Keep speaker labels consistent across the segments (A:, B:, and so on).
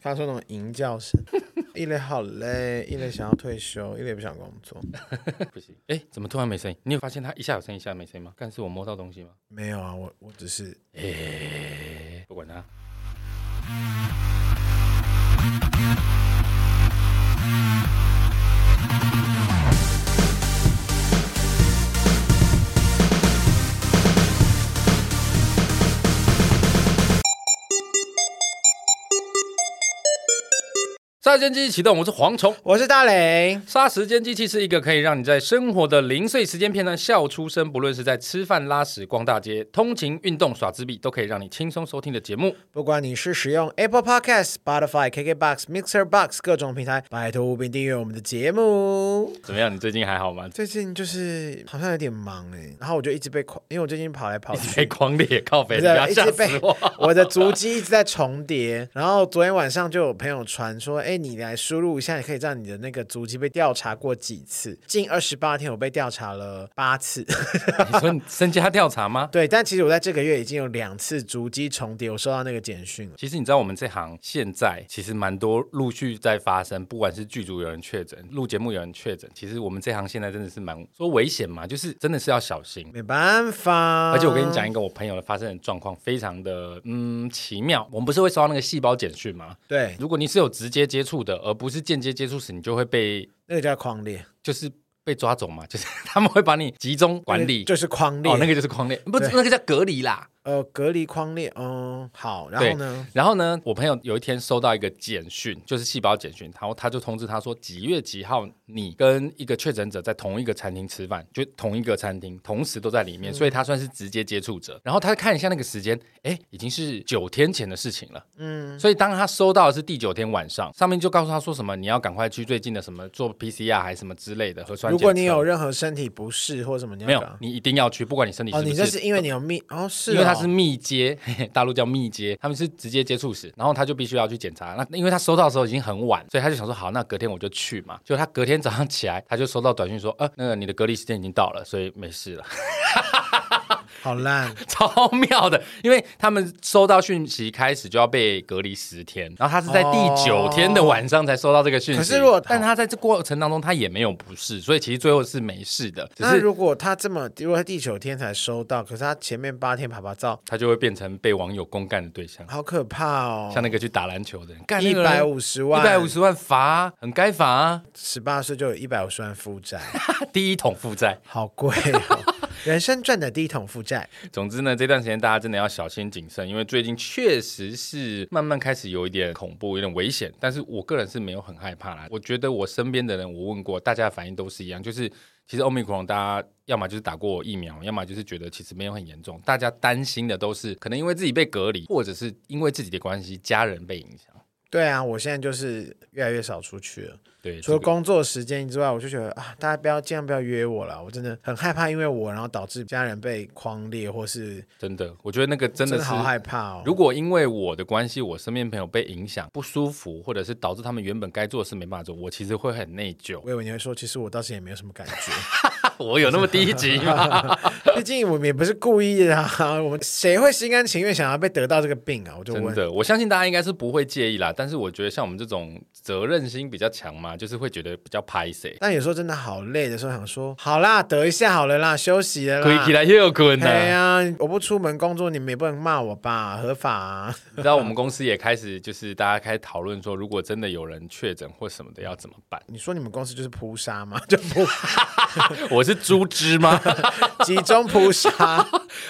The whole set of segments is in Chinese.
A: 发出那种吟叫声。 一磊好累，一磊想要退休，一磊不想工作。
B: 不行，哎，怎么突然没声音？你有发现它一下有声音，一下没声音吗？但是我摸到东西吗？
A: 没有啊，我我只是
B: 哎，不管它。杀时间机器启动，我是蝗虫。
A: 我是大雷，
B: 杀时间机器是一个可以让你在生活的零碎时间片段笑出声，不论是在吃饭、拉屎、逛大街、通勤、运动、耍纸币，都可以让你轻松收听的节目。
A: 不管你是使用 Apple Podcast、Spotify、KKBox、Mixer Box 各种平台，拜托务必订阅我们的节 目。
B: 怎么样？你最近还好 吗？
A: 最近就是好像有点忙哎、然后我就一直被狂，因为我最近跑来跑
B: 被哎
A: 去，
B: 狂裂靠
A: 不
B: 肥，
A: 是
B: 你不要
A: 一
B: 吓
A: 直
B: 死
A: 被
B: 我！
A: 我的足迹一直在重叠。然后昨天晚上就有朋友传说，哎，你来输入一下，你可以让你的那个足迹被调查过几次？近二十八天，我被调查了八次。
B: 你说你身家调查吗？
A: 对，但其实我在这个月已经有两次足迹重叠，我收到那个简讯了。
B: 其实你知道，我们这行现在其实蛮多陆续在发生，不管是剧组有人确诊，录节目有人确诊，其实我们这行现在真的是蛮说危险嘛，就是真的是要小心。
A: 没办法，
B: 而且我跟你
A: 嗯
B: 讲，一个我朋友的发生的状况，非常的嗯奇妙。我们不是会收到那个细胞简讯吗？
A: 对，
B: 如果你是有直接接触的，而不是间接接触时，你就会被
A: 那个叫框列
B: 就是被抓走嘛，就是 他们会把你集中管
A: 那
B: 理
A: 个。就是框列，
B: 哦，那个就是框列，不，
A: 对
B: 那个叫隔离啦。
A: 呃隔离框列，嗯，好，然
B: 对
A: 后呢，
B: 然后呢，我朋友有一天收到一个简讯，就是细胞简讯，然后他就通知他说几月几号你跟一个确诊者在同一个餐厅吃饭，就同一个餐厅，同时都在里
A: 嗯
B: 面，所以他算是直接接触者。然后他看一下那个时间，哎，已经是九天前的事情了。嗯，所以当他收到的是第九天晚上，上面就告诉他说什么你要赶快去最近的什么做 PCR 还是什么之类的核酸
A: 如
B: 检测。
A: 果你有任何身体不适或什么，你要
B: 没有
A: 搞，
B: 你一定要去，不管你身体是
A: 哦，
B: 不是。
A: 你这是因为你有密哦，是哦，
B: 因为他是密接，嘿嘿大陆叫密接，他们是直接接触史，然后他就必须要去检查。那因为他收到的时候已经很晚，所以他就想说好，那隔天我就去嘛。就他隔天早上起来，他就收到短信说，呃，那个你的隔离时间已经到了，所以没事了，
A: 好烂，
B: 超妙的。因为他们收到讯息开始就要被隔离十天，然后他是在第九天的晚上才收到这个讯息。
A: 哦可是如果
B: 但他在这过程当中他也没有不适，所以其实最后是没事的，只
A: 那
B: 是
A: 如果他这么，如果他第九天才收到，可是他前面八天爬爬照，
B: 他就会变成被网友公干的对象。
A: 好可怕哦，
B: 像那个去打篮球的人，干
A: 一
B: 那个人
A: 百五十万，
B: 一百五十万罚啊，很该罚啊！
A: 十八岁就有一百五十万负债，
B: 第一桶负债。
A: 好贵哦， 人生赚的第一桶负债。
B: 总之呢，这段时间大家真的要小心谨慎，因为最近确实是慢慢开始有一点恐怖，有点危险。但是我个人是没有很害怕啦。我觉得我身边的人，我问过，大家的反应都是一样，就是其实欧米克戎，大家要么就是打过疫苗，要么就是觉得其实没有很严重。大家担心的都是可能因为自己被隔离，或者是因为自己的关系，家人被影响。
A: 对啊，我现在就是越来越少出去了，
B: 对，
A: 除了
B: 这个
A: 工作时间之外，我就觉得啊，大家不要尽量不要约我了，我真的很害怕，因为我然后导致家人被框裂，或是
B: 真的，我觉得那个真
A: 真
B: 的
A: 的
B: 是
A: 好害怕哦。
B: 如果因为我的关系，我身边朋友被影响、不舒服，或者是导致他们原本该做的事没办法做，我其实会很内疚。
A: 我以为你会说，其实我倒是也没有什么感觉，
B: 我有那么低级吗？
A: 毕竟我们也不是故意的啊。 我们谁会心甘情愿想要被得到这个病啊？我就
B: 真
A: 问，
B: 的，我相信大家应该是不会介意啦。但是我觉得像我们这种责任心比较强嘛，就是会觉得比较拍谁。
A: 但有时候真的好累的时候，想说好啦，得一下好了啦，休息了
B: 可啊以起
A: 啦。
B: 来又困
A: 对
B: 呐，
A: 呀、我不出门工作，你们也不能骂我吧？合法、啊。
B: 你知道我们公司也开始就是大家开始讨论说，如果真的有人确诊或什么的要怎么办？
A: 你说你们公司就是扑杀吗？ 就扑
B: 我是猪只 吗？
A: 集中扑 杀。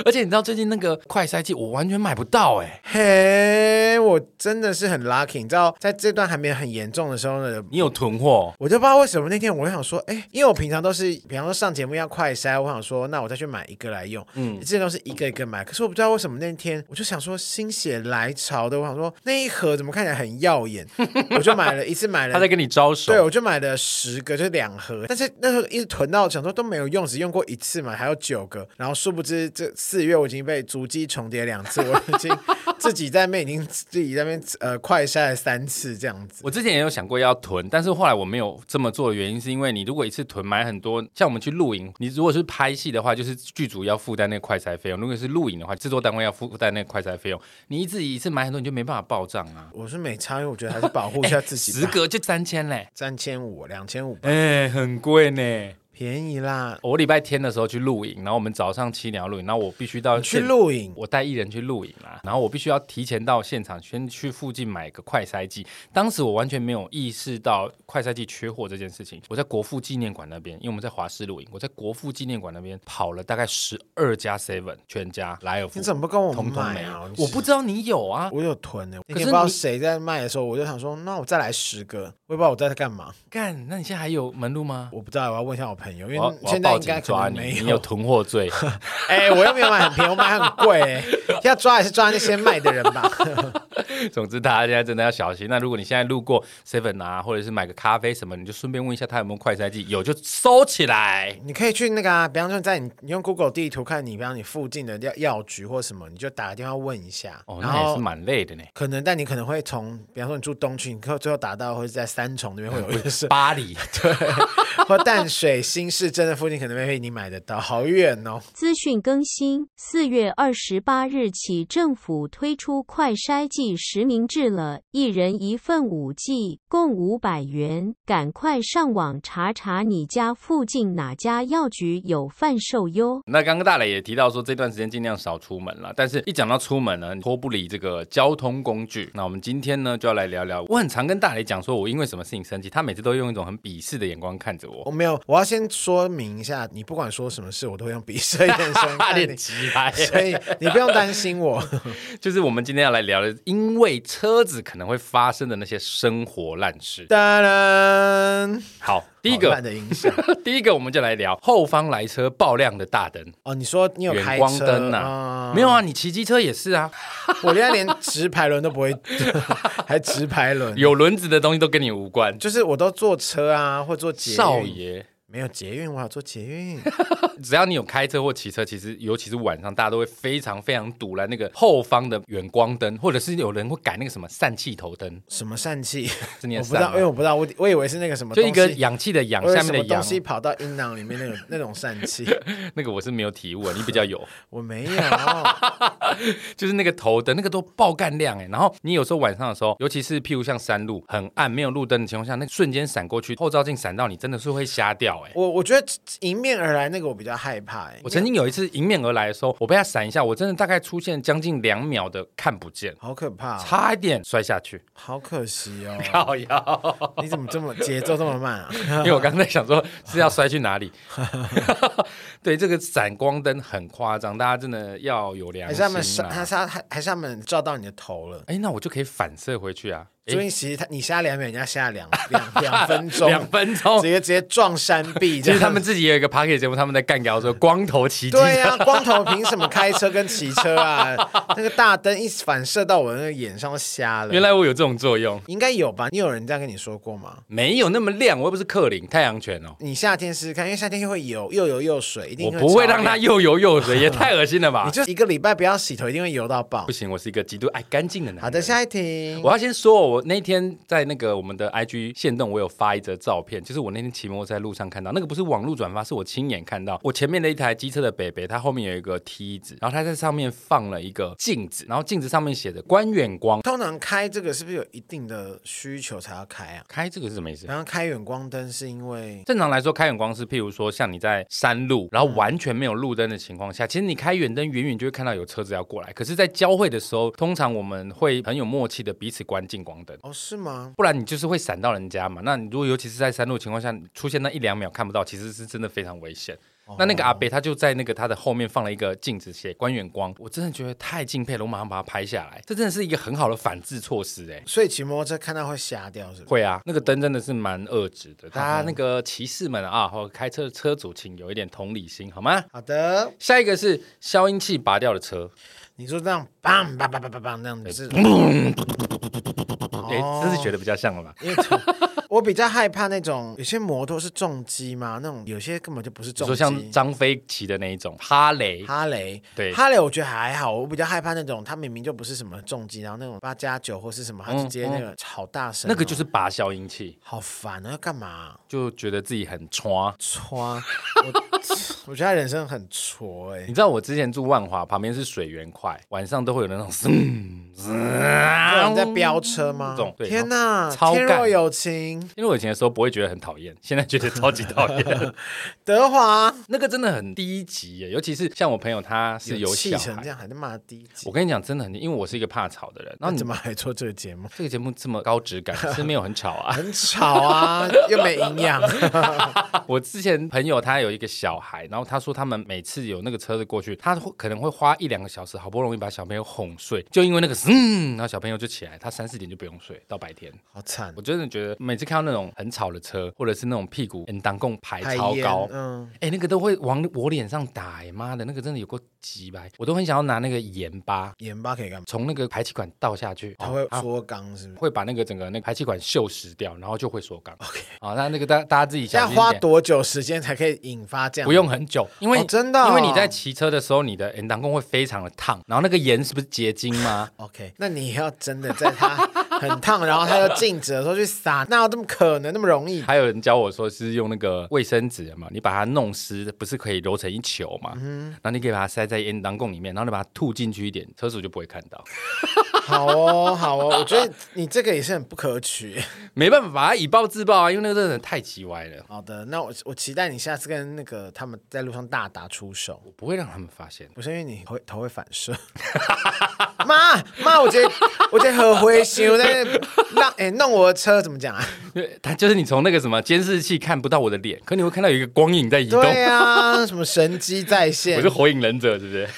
B: 而且你知道最近那个快筛剂我完全买不到哎、
A: 嘿，我真的是很 lucky，你知道，在这段还没有很严重的时候呢。
B: 你有囤货？
A: 我就不知道为什么那天我就想说，哎，因为我平常都是，比方说上节目要快筛，我想说，那我再去买一个来用，嗯，之前都是一个一个买，可是我不知道为什么那天我就想说心血来潮的，我想说那一盒怎么看起来很耀眼， 我就买了一次买
B: 他在
A: 了，
B: 跟你招手
A: 对，。我就买了十个，就是两盒，但是那时候一直囤到想说都没有用，只用过一次嘛，还有九个。然后殊不知这四月我已经被足迹重叠两次，我已经自己在那边已经自己在那边呃快筛了三次这样子。
B: 我之前也有想过要囤，但是后来我没有这么做的原因，是因为你如果一次囤买很多，像我们去露营，你如果是拍戏的话，就是剧组要负担那个快餐费用；如果是露营的话，制作单位要负担那个快餐费用。你一次一次买 很多，你就没办法报账啊。
A: 我是没差，因为我觉得还是保护一下自己
B: 哎十
A: 吧。
B: 个 就三千嘞，
A: 三千五、两千五，
B: 哎、很贵呢。
A: 便宜啦！
B: 我礼拜天的时候去露营，然后我们早上七点要露营，然后我必须到
A: 你去
B: 现
A: 露营，
B: 我带艺人去露营啦，然后我必须要提前到现场，先去附近买个快筛剂。当时我完全没有意识到快筛剂缺货这件事情。我在国父纪念馆那边，因为我们在华师露营，我在国父纪念馆那边跑了大概十二家 Seven、全家、莱尔富，
A: 你怎么不跟我
B: 通通
A: 买
B: 没有
A: 啊？你
B: 我不知道你有啊，
A: 我有囤的，那天
B: 是
A: 不知道
B: 你
A: 谁在卖的时候，我就想说，那我再来十个，我也不知道我在干嘛，
B: 干，那你现在还有门路吗？
A: 我不知道，我要问一下我朋友，因
B: 我要
A: 为
B: 我要
A: 现在
B: 报
A: 应该
B: 警
A: 可
B: 抓
A: 能
B: 你，
A: 没
B: 你有囤货罪。
A: 哎、我又没有买很便宜，我买很贵、哎要抓也是抓那些卖的人吧。
B: 总之，大家现在真的要小心。那如果你现在路过 Seven 啊，或者是买个咖啡什么，你就顺便问一下他有没有快筛剂，有就收起来。
A: 你可以去那个、啊，比方说在你你用 Google 地图看你，比方你附近的药药局或什么，你就打个电话问一下。
B: 哦，
A: 然
B: 那也是
A: 后
B: 蛮累的呢。
A: 可能，但你可能会从，比方说你住东区，你可最后打到会是在三重那边会有一个 是，
B: 巴黎，
A: 或淡水新市镇的附近，可能会你买得到，好远哦。
C: 资讯更新：四月二十八日起，政府推出快筛剂实名制了，一人一份五剂，共五百元。赶快上网查查你家附近哪家药局有贩售哟。
B: 那刚刚大磊也提到说，这段时间尽量少出门了。但是，一讲到出门呢，脱不离这个交通工具。那我们今天呢，就要来聊聊。我很常跟大磊讲，说我因为什么事情生气，他每次都用一种很鄙视的眼光看着
A: 我
B: 我，
A: 没有，我要先说明一下，你不管说什么事，我都会用鄙视的眼神
B: 大
A: 看
B: 脸
A: 你，
B: 急来。
A: 所以你不用担心我。
B: 嗯就是我们今天要来聊的，因为车子可能会发生的那些生活烂事。
A: 当然，
B: 好，第一
A: 好
B: 个
A: 烂，的影响
B: 第一个我们就来聊后方来车爆亮的大灯。
A: 哦，你说你有
B: 远
A: 开
B: 光
A: 车
B: 灯呐、
A: 啊
B: 没有啊，你骑机车也是啊，
A: 我现在连直排轮都不会， 还直排轮。
B: 有轮子的东西都跟你无关。
A: 就是我都坐车啊，或坐捷运。
B: 少爷，
A: 没有捷运，我要坐捷运。
B: 只要你有开车或骑车，其实尤其是晚上，大家都会非常非常堵了那个后方的远光灯，或者是有人会改那个什么疝气头灯，
A: 什么疝气？
B: 是念
A: 我不
B: 疝
A: 知道，因为
B: 吗，
A: 我不知道，我我以为是那个什么
B: 就
A: 东
B: 一
A: 西，
B: 个氧气的氧
A: 我以为
B: 下面的
A: 什么
B: 氧
A: 东，西跑到阴囊里面那 种那种疝气，
B: 那个我是没有体悟，你比较有。
A: 我没有。
B: 就是那个头灯，那个都爆干亮哎。然后你有时候晚上的时候，尤其是譬如像山路很暗、没有路灯的情况下，那瞬间闪过去，后照镜闪到你，真的是会瞎掉哎。
A: 哦我我觉得迎面而来那个我比较害怕、欸，
B: 我曾经有一次迎面而来的时候，我被他闪一下，我真的大概出现将近两秒的看不见，
A: 好可怕、哦，
B: 差一点摔下去。
A: 好可惜哦。
B: 靠腰，
A: 你怎么这么节奏这么慢 啊？
B: 因为我刚才想说是要摔去哪 里。对，这个闪光灯很夸张，大家真的要有良
A: 还哎是他们
B: 心
A: 上，还
B: 啊。
A: 是他还还是他们照到你的头了？
B: 哎，那我就可以反射回去啊。哎
A: 所以其实他你瞎两秒，人家瞎两两两分钟，
B: 两分钟
A: 直，接直接撞山壁
B: 其
A: 这样。
B: 实他们自己也有一个 p a r k e t 节目，他们在干掉说光头骑机车。
A: 对啊呀、光头凭什么开车跟骑车啊？那个大灯一反射到我那个眼上，都瞎了。
B: 原来我有这种作用，
A: 应该有吧？你有人这样跟你说过吗？
B: 没有那么亮，我又不是克林太阳拳哦。
A: 你夏天试试看，因为夏天会油，又油又水，一定
B: 我不会让
A: 它
B: 它。又油又水，也太恶心了吧
A: 你！就一个礼拜不要洗头，一定会油到爆
B: 不。行，我是一个极度爱干净的男人。
A: 好的，下一题。
B: 我要先说，我那天在那个我们的 IG 线动，我有发一则照片，就是我那天骑摩托车在路上看到，那个不是网络转发，是我亲眼看到。我前面的一台机车的北北，它后面有一个梯子，然后它在上面放了一个镜子，然后镜子上面写着“观远光
A: 通常开这个是不是有一定的需求才要开啊”，？
B: 开这个是什么意思？
A: 然后开远光灯是因为
B: 呃正常来说，开远光是譬如说像你在山路，然后完全没有路灯的情况下，其实你开远灯，远远就会看到有车子要过来。可是，在交汇的时候，通常我们会很有默契的彼此关近光灯。
A: 哦是吗？
B: 不然你就是会闪到人家嘛。那你如果尤其是在山路情况下出现那一两秒看不到，其实是真的非常危险。
A: 哦
B: 那那个阿北他就在那个他的后面放了一个镜子，写观远光，我真的觉得太敬佩了，我马上把它拍下来，这真的是一个很好的反制措施哎、
A: 所以骑摩托车看到会瞎掉，是不是？
B: 会啊，那个灯真的是蛮遏制的。大家那个骑士们啊，或开车的车主，请有一点同理心好吗？
A: 好的，
B: 下一个是消音器拔掉的车，
A: 你说这样，砰砰砰砰砰砰，那样子，哦
B: 哎、真是觉得比较像了吧？
A: 因为我比较害怕那种有些摩托是重机嘛，那种有些根本就不是
B: 你
A: 重
B: 说
A: 机。
B: 像张飞骑的那一种哈雷，
A: 哈雷，
B: 对
A: 哈雷，我觉得还好，我比较害怕那种，它明明就不是什么重机，然后那种八加九或是什么，它
B: 嗯
A: 直接那个好大声哦、
B: 那个就是拔消音器，
A: 好烦啊，要干嘛？
B: 就觉得自己很抓。
A: 戳，我我觉得他人生很挫哎、
B: 你知道我之前住万华，旁边是水源块，晚上都会有那种 嘶
A: 有人在飙车吗
B: 嗯这种？对哦
A: 天哪，
B: 超
A: 天若
B: 干
A: 有情，
B: 因为我以前的时候不会觉得很讨厌，现在觉得超级讨厌。
A: 德华
B: 那个真的很低级耶，尤其是像我朋友他是有
A: 气
B: 小
A: 成这
B: 孩，
A: 样，还在骂低级
B: 我，跟你讲真的很，因为我是一个怕吵的人，然
A: 那
B: 后
A: 怎
B: 你
A: 么还做这个节目？
B: 这个节目这么高质感，是没有很吵啊。
A: 很吵啊，又没营 养，
B: 我之前朋友他有一个小孩，然后他说他们每次有那个车子过去，他会可能会花一两个小时，好不容易把小朋友哄睡，就因为那个嗯，然后小朋友就起来，他三四点就不用睡到白天。
A: 好惨
B: 我，真的觉得每次看到那种很吵的车，或者是那种屁股嗯当共排
A: 排
B: 超
A: 烟
B: 高。
A: 嗯，
B: 哎、那个都会往我脸上打、哎妈的，那个真的有够鸡掰，我都很想要拿那个盐巴
A: 盐巴可以干嘛？
B: 从那个排气管倒下去，
A: 他
B: 哦
A: 会
B: 它
A: 缩肛是不是？
B: 会把那个整个那个排气管锈蚀掉，然后就会缩肛。OK，好，那那个大大家自己
A: 这
B: 小
A: 样
B: 心一
A: 花
B: 点
A: 多久时间才可以引发这样？
B: 不用很久，因为、
A: 哦真的哦？
B: 因为你在骑车的时候，你的延挡弓会非常的烫，然后那个盐是不是结晶吗
A: OK，那 你要真的在它很烫，然后它又静止的时候去撒，那有这么可能那么 容易？
B: 还有人教我说是用那个卫生纸嘛，你把它弄湿，不是可以揉成一球嘛？
A: 嗯
B: 然后你可以把它塞在延挡弓里面，然后你把它吐进去一点，车主就不会看到。
A: 好哦，好哦，我觉得你这个也是很不可取。
B: 没办法，以暴制暴啊，因为那个真的太奇歪了，
A: 好的，那我我期待你下次跟那个他们在路上大打出手，
B: 我不会让他们发现。
A: 不是因为你会头会反射。妈妈，我觉得我觉得很灰心，我在让哎、弄我的车怎么讲啊？
B: 因为他就是你从那个什么监视器看不到我的脸，可你会看到有一个光影在移动。
A: 对啊，什么神机在
B: 我
A: 线
B: 是，火影忍者，是不是？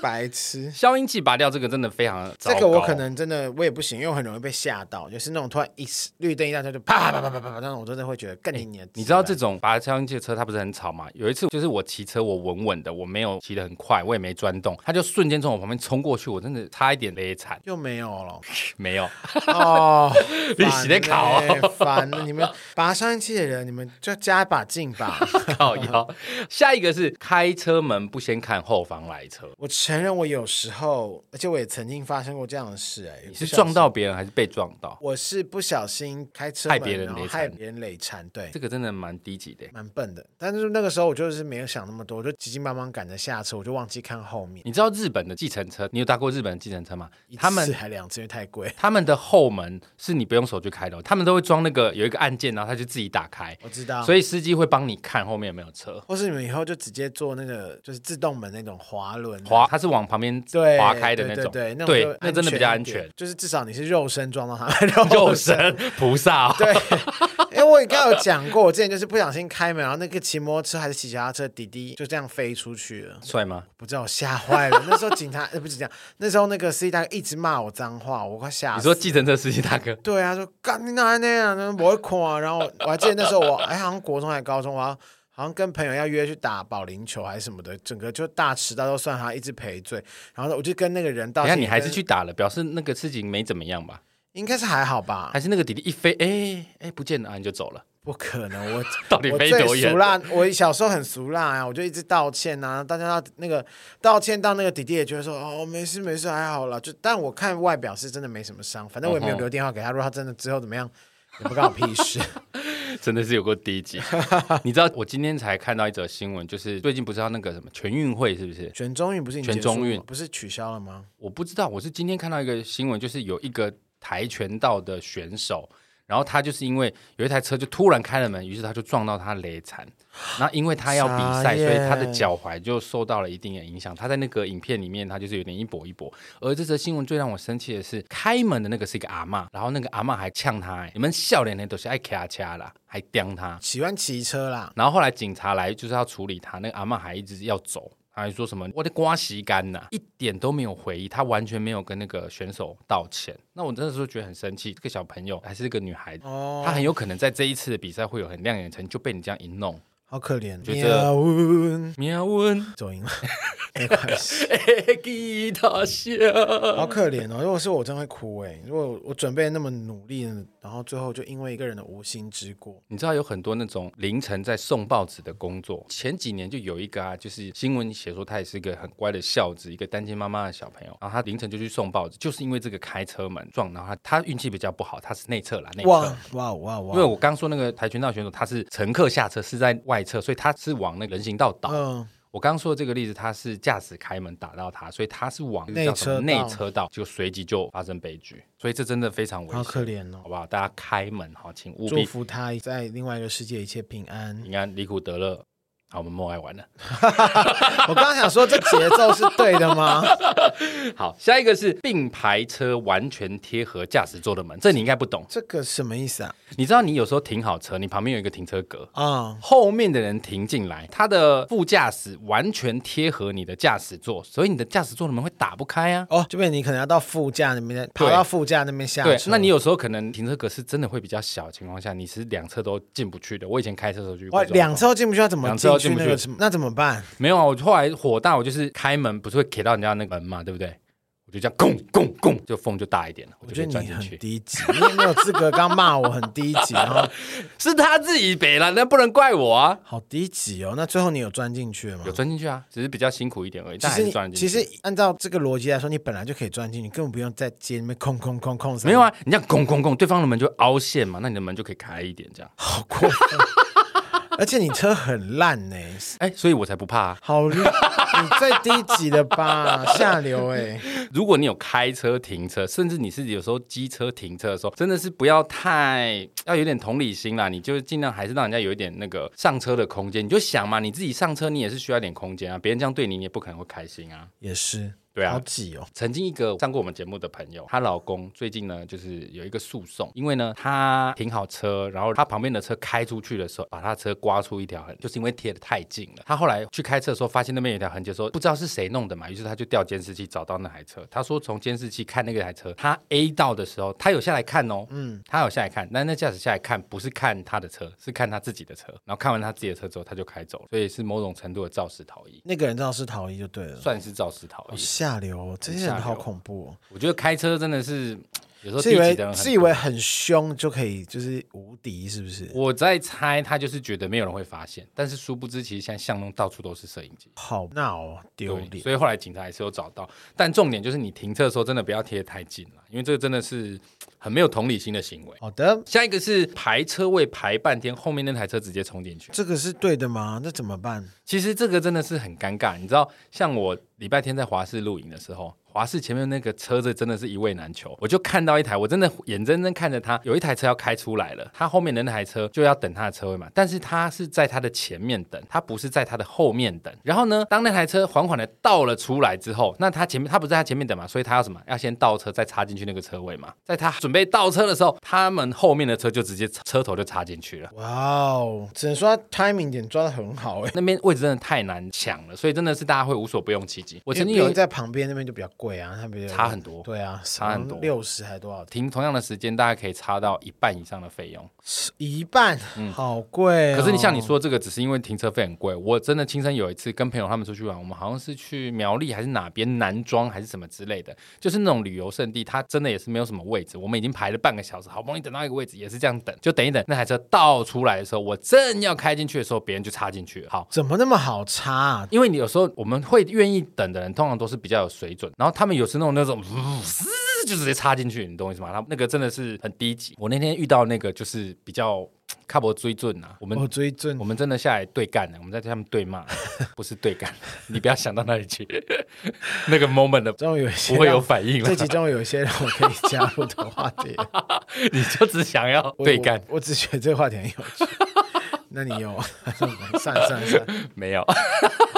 A: 白痴。
B: 消音器拔掉这个真的非常糟
A: 这
B: 糕
A: 个我可能真的我也不行，因为我很容易被吓到，就是那种突然一绿灯一亮，它就啪啪啪啪啪啪，那种我真的会觉得更你的、
B: 你知道这种拔消音器的车，它不是很吵吗？有一次就是我骑车，我稳稳的，我没有骑得很快，我也没钻动，它就瞬间从我旁边冲过去，我真的差一点勒惨。
A: 又没有了
B: 没有，
A: 哦，
B: 你
A: 烦
B: 洗得烤哦
A: 欸 烦了你们拔上一期的人，你们就加把劲吧。
B: 靠 腰。下一个是开车门不先看后方来车，
A: 我承认我有时候，而且我也曾经发生过这样的事、哎，
B: 你
A: 你
B: 是撞到。别人还是被撞到？
A: 我是不小心开车
B: 害
A: 门
B: 别人
A: 然后
B: 累
A: 害
B: 残
A: 别人累残，对
B: 这，个真的蛮低级的。
A: 蛮笨的。但是那个时候我就是没有想那么多，我就急急忙忙赶着下车，我就忘记看后面。
B: 你知道日本的计程车，你有搭过日本的计程车吗
A: 一？
B: 他
A: 次
B: 们
A: 还两次，因为太贵。
B: 他们的后门是你不用手去开的哦，他们都会装那个有一个按键，然后他就自己打开，
A: 我知道，
B: 所
A: 以
B: 以司机会帮你看后面有没有车。
A: 或是你们以后就直接做那个就是自动门那种滑轮，
B: 滑，它是往旁边
A: 对
B: 滑开的那
A: 对
B: 种，
A: 对对，
B: 对
A: 种就
B: 那真的比较安
A: 一点
B: 全。，
A: 就是至少你是肉身撞到 它，
B: 肉身 菩萨哦、
A: 对， 因为我也刚有讲过，我之前就是不小心开门，然后那个骑摩托车还是骑脚踏车的弟弟就这样飞出去了，
B: 帅吗？
A: 不知道我吓坏了。那时候警察呃不是警察，那时候那个司机大哥一直骂我脏话，我快吓
B: 你
A: 死
B: 说
A: 了。
B: 计程车司机大 哥，
A: 对啊，说干你哪那样，我会看啊。然后我还记得那时候我哎，好像国中还高中，我好好像跟朋友要约去打保龄球还是什么的，整个就大迟到都算他一直赔罪。然后我就跟那个人道
B: 你看
A: 歉，
B: 哎你还是
A: 跟
B: 去，打了，表示那个事情没怎么样吧？
A: 应该是还好吧
B: 还？是那个弟弟一飞，哎哎不见了、啊，你就走了，
A: 不可能，我
B: 到底
A: 我
B: 飞
A: 最
B: 多远
A: 俗？辣，我小时候很俗辣啊，我就一直道歉啊，大家要那个道歉到那个弟弟也觉得说哦没事没事还好啦，就但我看外表是真的没什么伤，反正我也没有
B: 嗯哼
A: 留电话给他，如果他真的之后怎么样，也不关我屁事。
B: 真的是有够 低级。你知道我今天才看到一则新闻，就是最近不是要那个什么全运会是不是？
A: 全中运不是已经
B: 全中
A: 结束了
B: 运
A: 吗不是取消了吗？
B: 我不知道，我是今天看到一个新闻，就是有一个跆拳道的选手，然后他就是因为有一台车就突然开了门，于是他就撞到他雷惨，然后因为他要比
A: 傻
B: 赛，
A: 眼
B: 所以他的脚踝就受到了一定的影响。他在那个影片里面，他就是有点一跛一跛。而这则新闻最让我生气的是，开门的那个是一个阿嬷，然后那个阿嬷还呛他、欸你们笑脸的都是爱掐掐啦，还刁他。
A: 喜欢骑车啦，
B: 然后后来警察来就是要处理他，那个阿嬷还一直要走，还说什么我的瓜洗干呐，一点都没有回应，他完全没有跟那个选手道歉。那我真的是觉得很生气，这个小朋友还是个女孩子，
A: 哦
B: 她很有可能在这一次的比赛会有很亮眼的成绩，就被你这样一弄，
A: 好可怜。
B: 觉得
A: 喵呜
B: 喵问，
A: 走音了， 没关系，
B: 哎吉他笑，
A: 好可怜哦。如果是我，真会哭哎。如果我准备那么努力，然后最后就因为一个人的无心之过，
B: 你知道有很多那种凌晨在送报纸的工作，前几年就有一个啊，就是新闻写说他也是一个很乖的孝子，一个单亲妈妈的小朋友，然后他凌晨就去送报纸，就是因为这个开车门撞，然后他他运气比较不好，他是内侧啦，内侧
A: 哇。哇哇
B: 因为
A: 哇！
B: 我刚说那个跆拳道选手，他是乘客下车是在外侧，所以他是往那个人行道倒。
A: 嗯，
B: 我刚说的这个例子，他是驾驶开门打到他，所以他是往
A: 内
B: 叫什
A: 车
B: 么
A: 道
B: 内车道，就随即就发生悲剧，所以这真的非常危
A: 好
B: 险，
A: 可怜哦
B: 好。不好？大家开门哈，请务
A: 祝
B: 必
A: 福他在另外一个世界一切平安。
B: 你看离苦得乐。好，我们默哀完了。
A: 我刚刚想说，这节奏是对的吗？
B: 好，下一个是并排车完全贴合驾驶座的门，这你应该不懂。
A: 这个什么意思啊？
B: 你知道你有时候停好车，你旁边有一个停车格，
A: 啊、
B: 后面的人停进来，他的副驾驶完全贴合你的驾驶座，所以你的驾驶座的门会打不开啊。
A: 哦，这边你可能要到副驾那边，跑到副驾那边下
B: 对，
A: 车
B: 那你有时候可能停车格是真的会比较小的情况下，你是两侧都进不去的。我以前开车的时候就遇过
A: 哇，
B: 这种
A: 两
B: 状况
A: 车进不去，要怎么
B: 两车要
A: 进去
B: 进不
A: 那
B: 去
A: 个什么？那怎么办？
B: 没有啊，我后来火大，我就是开门不是会 K 到人家那个门嘛，对不对？我就这样拱拱拱，就缝就大一点了，我
A: 我
B: 就
A: 觉
B: 可
A: 得
B: 以钻
A: 你
B: 进
A: 很
B: 去。
A: 低级，你也没有资格刚骂我很低级，然 后
B: 是他自己北了，那不能怪我啊。
A: 好低级哦。那最后你有钻进去了吗
B: 有？钻进去啊，只是比较辛苦一点而已，
A: 嗯其
B: 但还
A: 实
B: 是
A: 你
B: 钻得
A: 其
B: 进去。
A: 实按照这个逻辑来说，你本来就可以钻进去，你根本不用在街里面空空空空。
B: 没有，啊，你这样拱拱拱，对方的门就会凹陷嘛，那你的门就可以开一点这样。
A: 好过 分。而且你车很烂呢、
B: 哎，所以我才不怕、啊。
A: 好，你最低级的 吧，下流哎、
B: 如果你有开车、停车，甚至你是有时候机车停车的时候，真的是不要太要有点同理心啦，你就尽量还是让人家有一点那个上车的空间。你就想嘛，你自己上车你也是需要一点空间啊，别人这样对你，你也不可能会开心啊。
A: 也是，
B: 对啊
A: 好挤哦。
B: 曾经一个上过我们节目的朋友，她老公最近呢就是有一个诉讼，因为呢她停好车，然后她旁边的车开出去的时候，把她车刮出一条痕，就是因为贴的太近了。她后来去开车的时候，发现那边有一条痕迹的时候，不知道是谁弄的嘛，于是她就调监视器找到那台车。她说从监视器看那个台车，她 A 到的时候，她有下来看哦，嗯，她有下来看，但那驾驶下来看不是看她的车，是看她自己的车。然后看完她自己的车之后，她就开走了，所以是某种程度的肇事逃逸，
A: 那个人肇事逃逸就对了，
B: 算是肇事逃
A: 好
B: 逸。
A: 下流、哦，这些人好恐怖
B: 我觉得开车真的是有时
A: 哦，
B: 候
A: 自以
B: 低级
A: 为
B: 的人很
A: 自以为很凶就可以就是无敌，是不是？
B: 我在猜，他就是觉得没有人会发现，但是殊不知，其实现在巷弄到处都是摄影机，
A: 好闹哦，丢
B: 对
A: 脸
B: 所。以后来警察还是有找到，但重点就是你停车的时候真的不要贴太近了，因为这个真的是很没有同理心的行为。
A: 好的，
B: 下一个是排车位排半天，后面那台车直接冲进去。
A: 这个是对的吗？那怎么办？
B: 其实这个真的是很尴尬，你知道，像我礼拜天在华视露营的时候，华视前面那个车子真的是一位难求，我就看到一台，我真的眼睁睁看着他有一台车要开出来了，他后面的那台车就要等他的车位嘛，但是他是在他的前面等，他不是在他的后面等。然后呢，当那台车缓缓的倒了出来之后，那他前面他不是在他前面等嘛，所以他要什么？要先倒车再插进去那个车位嘛。在他准备倒车的时候，他们后面的车就直接车头就插进去了。
A: 哇哦，只能说他 timing 点抓的很好哎、
B: 那边位置真的太难抢了，所以真的是大家会无所不用其极。我
A: 我
B: 曾经有一
A: 在旁边那边就比较贵啊，他比较
B: 差很多
A: 对啊，
B: 差很多
A: 六十还多少？
B: 停同样的时间，大概可以差到一半以上的费
A: 哦
B: 用。
A: 一半，好贵哦、
B: 嗯可是你像你说这个，只是因为停车费很贵。我真的亲身有一次跟朋友他们出去玩，我们好像是去苗栗还是哪边南庄还是什么之类的，就是那种旅游胜地，它真的也是没有什么位置。我们已经排了半个小时，好不容易等到一个位置，也是这样等，就等一等。那台车倒出来的时候，我正要开进去的时候，别人就插进去了。好，
A: 怎么那么好差、啊？
B: 因为你有时候我们会愿意等的人，通常都是比较有水准，然后他们有时那种那种。嘶就直接插进去，你懂我意思吗？他那个真的是很低级。我那天遇到那个就是比较嗯卡博追准啊， 我们、
A: 我追尊
B: 我们真的下来对干了，我们在他们对骂， 不是对干， 你不要想到那里去。 那个 moment 的
A: 终于有一些
B: 不会有
A: 让
B: 反应了
A: 这，集中有一些让我可以加入的话题，
B: 你就只想要
A: 我
B: 对干，
A: 我。我只觉 得这个话题很有趣。那你有？算了算了算了，
B: 没有。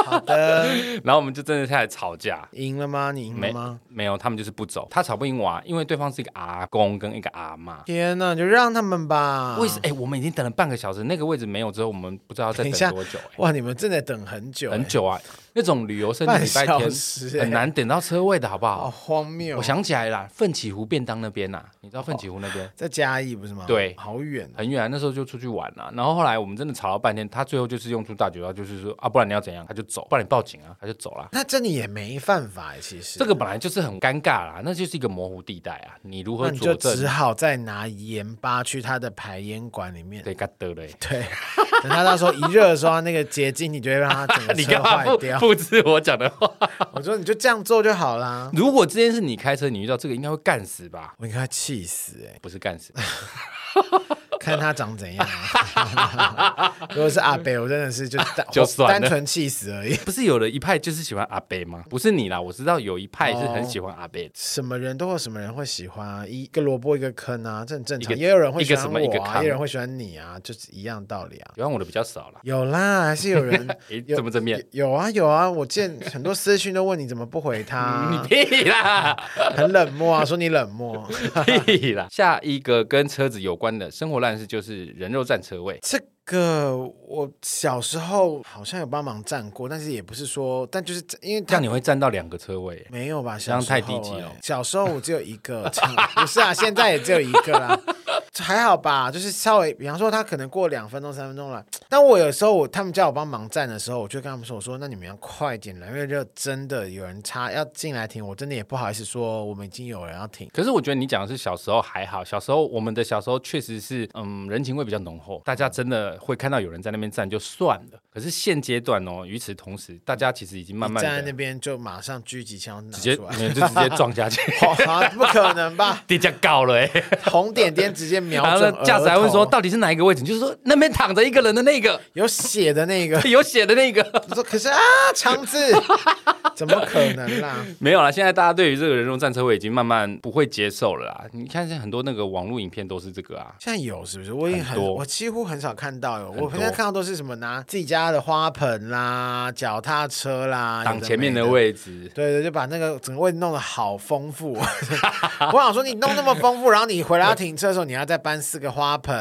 A: 好的，
B: 然后我们就真的开始吵架。
A: 赢了吗？你赢了
B: 没
A: 吗？
B: 没有，他们就是不走。他吵不赢我、啊，因为对方是一个阿公跟一个阿妈。
A: 天哪，你就让他们吧。
B: 为什？哎、我们已经等了半个小时，那个位置没有之后，我们不知道要
A: 嗯
B: 再
A: 等一下
B: 等多久、哎
A: 哇，你们正在等很久、
B: 很
A: 哎，
B: 久啊！那种旅游甚至
A: 半
B: 礼拜
A: 小
B: 天
A: 时、哎
B: 很，难等到车位的好不
A: 好哦
B: 好？
A: 荒谬。
B: 我想起来了，奋起湖便当那边呐、你知道奋起湖那边、
A: 在嘉义不是吗？
B: 对
A: 好远啊、
B: 很远、啊，那时候就出去玩了、然后后来我们真的吵了半天，他最后就是用出大绝招，就是说啊，不然你要怎样？他就走，不然你报警啊，他就走了。
A: 那这里也没犯法、哎其实
B: 这个本来就是很尴尬啦，那就是一个模糊地带啊，你如
A: 那
B: 何
A: 你就
B: 佐证
A: 只？好再拿盐巴去他的排烟管里面。
B: 对，嘎得嘞。
A: 对， 等他到时候一热的时候，他那个结晶你就会让它整个
B: 你
A: 车
B: 干嘛
A: 坏
B: 不
A: 掉。
B: 复制我讲的话？
A: 我说你就这样做就好啦。
B: 如果之前是你开车，你遇到这个应该会干死吧？
A: 我应该气死哎、
B: 不是干死，
A: 看他长怎样、 啊。如果是阿北，我真的 是就单
B: 就算了
A: 单纯气死而已。
B: 不是有的 一派就是喜欢阿贝吗？不是你啦，我知道有一派是很喜欢阿贝的。
A: 什么人都有什么人会喜欢啊，一个萝卜一个坑啊，这很正常。
B: 一个
A: 也有人会喜
B: 一个什
A: 欢
B: 么一个
A: 我啊，
B: 坑
A: 也有人会喜欢你啊，就是一样道理啊。
B: 喜欢我的比较少啦。
A: 有啦，还是有人
B: 诶，
A: 有
B: 这么正面？
A: 有啊有啊，我见很多私讯都问你怎么不回他、
B: 你屁啦，
A: 很冷漠啊，说你冷漠。
B: 屁啦！下一个跟车子有关的生活烂事就是人肉占车位。
A: 这个我小时候好像有帮忙站过，但是也不是说，但就是因为
B: 这
A: 他
B: 样你会占到两个车位，
A: 没有吧，
B: 这样
A: 小时候
B: 太低级了
A: 欸小时候我只有一个， 这样不是啊，现在也只有一个啦。还好吧，就是稍微，比方说他可能过两分钟、三分钟了。但我有时候我他们叫我帮忙站的时候，我就跟他们说：“我说那你们要快点来，因为这真的有人插要进来停，我真的也不好意思说我们已经有人要停。
B: 可是我觉得你讲的是小时候还好，小时候我们的小时候确实是，嗯，人情味比较浓厚，大家真的会看到有人在那边站就算了。可是现阶段哦，与此同时，大家其实已经慢慢
A: 你站在
B: 的
A: 那边就马上狙击枪拿
B: 直接
A: 出来，
B: 没有就直接 撞下去，
A: 哇，不可能吧？
B: 地价高了哎、
A: 红点点直接瞄
B: 然后
A: 准
B: 呢，驾驶还问
A: 额
B: 说
A: 头
B: 到底是哪一个位置，你就是说那边躺着一个人的那个
A: 有血的那个，
B: 有血的那个。
A: 我说可是啊，肠子怎么可能啦？
B: 没有啦，现在大家对于这个人肉战车位已经慢慢不会接受了啦。你看现在很多那个网络影片都是这个啊，
A: 现在有是不是？我已经很
B: 很多
A: 我几乎很少看到有，
B: 多
A: 我现在看到都是什么拿自己家的花盆啦、脚踏车啦
B: 挡前面的。
A: 有没
B: 位置。
A: 对对，就把那个整个位置弄得好丰 富。我想说，你弄那么丰富，然后你回来要停车的时候，你要再搬四个花盆，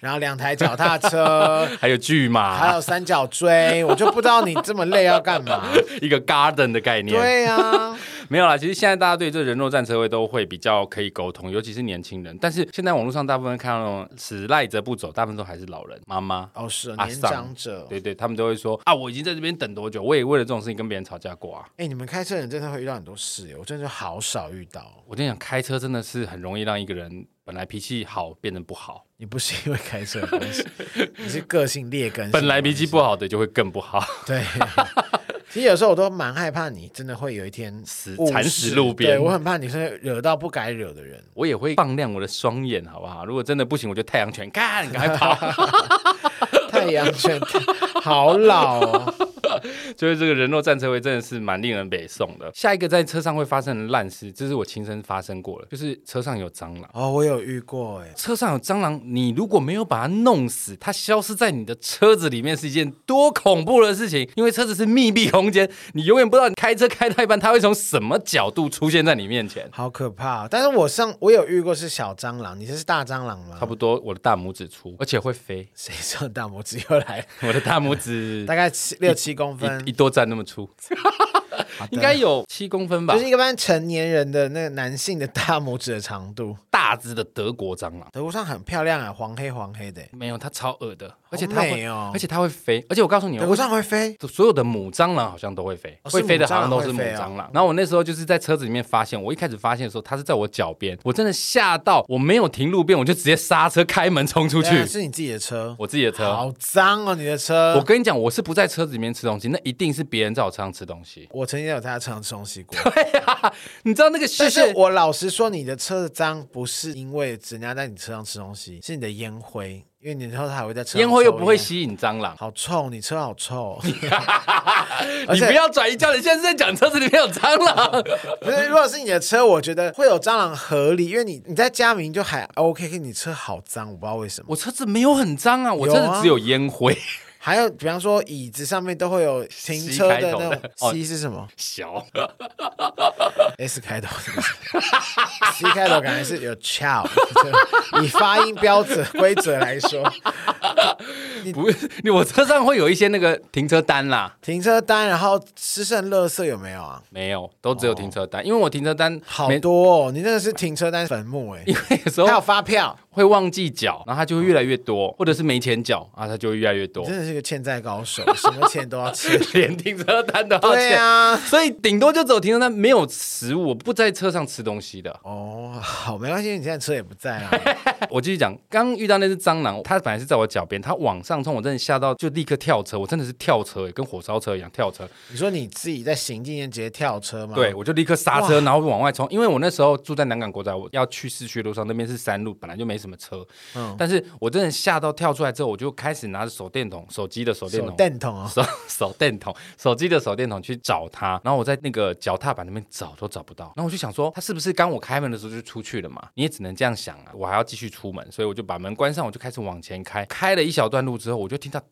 A: 然后两台脚踏车，
B: 还有剧
A: 还
B: 嘛，
A: 有三角锥，我就不知道你这么累要干嘛。
B: 一个 garden 的 概念。
A: 对啊呀、
B: 没有啦，其实现在大家对这人肉战车位都会比较可以沟通，尤其是年轻人。但是现在网络上大部分看到那种死赖着不走，大部分都还是老人、妈妈。
A: 哦，是
B: 阿
A: 年
B: 桑
A: 长者，
B: 对对，他们都会说啊，我已经在这边等多久？我也为了这种事情跟别人吵架过啊。
A: 哎、你们开车人真的会遇到很多事耶，我真的就好少遇到。
B: 我跟你讲，开车真的是很容易让一个人本来脾气好变得不好，
A: 你不是因为开车的关系， 你是个性劣根性的关系。
B: 本来脾气不好的就会更不好。
A: 对。 其实有时候我都蛮害怕你真的会有一天
B: 死
A: 误
B: 惨死路边
A: 对我很怕你是惹到不该惹的人。
B: 我也会放亮我的双眼，好不好？如果真的不行，我就太阳拳，干，赶快跑。
A: 太阳拳 好老哦，
B: 就是这个人肉战车位真的是蛮令人北宋的。下一个在车上会发生的烂事，这是我亲身发生过的，就是车上有蟑螂。
A: 哦，我有遇过哎，
B: 车上有蟑螂，你如果没有把它弄死，它消失在你的车子里面是一件多恐怖的事情。因为车子是密闭空间，你永远不知道你开车开到一半，它会从什么角度出现在你面前。
A: 好可怕哦、但是我上我有遇过是小蟑螂，你这是大蟑螂吗？
B: 差不多我的大拇指粗，而且会飞，
A: 谁上大拇指又来了？
B: 我的大拇指
A: 大概七六七公分
B: 一，一多站那么粗，
A: 好的
B: 应该有七公分吧
A: 就，是一般成年人的那个男性的大拇指的长度。
B: 大只的德国蟑螂。
A: 德国上很漂亮啊，黄黑黄黑的欸。
B: 没有，它超恶的，而且它
A: 美
B: 会，
A: 哦
B: 而且它会飞，而且我告诉你哦，
A: 德国上会飞，
B: 所有的母蟑螂好像都会飞，
A: 哦是
B: 会飞的好像都是
A: 母
B: 母
A: 蟑
B: 蟑
A: 螂哦
B: 螂。然后我那时候就是在车子里面发现，我一开始发现的时候，它是在我脚边，
A: 嗯
B: 我真的吓到，我没有停路边，我就直接刹车开门冲出去
A: 对啊，是你自己的车，
B: 我自己的车。
A: 好脏哦，你的车。
B: 我
A: 我
B: 跟你讲，我是不在车子里面吃东西，那一定是别人在我车上吃东 西。
A: 我曾经有在他车上吃东西过，
B: 你知道那个
A: 但
B: 视
A: 是
B: 线，
A: 我老实说，你的车的脏不是因为人家在你车上吃东西，是你的烟灰，因为你之后他还会在车上
B: 烟灰又不会
A: 抽烟，
B: 吸引蟑螂。
A: 好臭，你车好 臭。而
B: 你
A: 且
B: 不要转移焦点，现在是在讲车子里面有蟑 螂。
A: 不是，如果是你的车，我觉得会有蟑螂合理，因为你你在家明明就还 OK，可是你车好脏，我不知道为什么。
B: 我车子没有很脏啊，我车
A: 有啊
B: 子只有烟灰。
A: 还有比方说椅子上面都会有停车的那
B: 开头
A: 种
B: 的哦
A: C 是什么
B: 小
A: ？S 开头是不是，C 开头感觉是有 chow，就以发音标准规则来 说，
B: 不是你我车上会有一些那个停车单啦，
A: 停车单，然后吃剩垃圾有没有啊？
B: 没有，都只有停车单，因为我停车单
A: 好
B: 没，
A: 多、哦，你那个是停车单坟墓哎、
B: 因为有时
A: 还有
B: 候
A: 发票，
B: 会忘记缴，然后它就会越来越多，或者是没钱缴啊，它就会越来越多
A: 你，真的是个欠债高 手，什么钱都要吃。
B: 连停车单都要
A: 对
B: 钱。
A: 啊，
B: 所以顶多就走停车单，没有食物，我不在车上吃东西的。
A: 哦，好，没关系，你现在车也不在 啊。
B: 我继续讲，刚遇到那只蟑螂，它本来是在我脚边，它往上冲，我真的吓到，就立刻跳车，我真的是跳车、欸，跟火烧车一样跳车。
A: 你说你自己在行进间直接跳车吗？
B: 对，，我就立刻刹车，然后往外冲，因为我那时候住在南港国宅，我要去市区路上，那边是山路，本来就没什么车。
A: 嗯
B: 但是我真的吓到跳出来之后，我就开始拿着手电筒，手机的手电
A: 手
B: 筒。
A: 电筒哦，
B: 手 手电筒，手机的手电筒去找他，然后我在那个脚踏板那边找都找不到，然后我就想说，他是不是刚我开门的时候就出去了嘛？你也只能这样想啊，我还要继续出门，所以我就把门关上，我就开始往前开，开了一小段路之后，我就听到。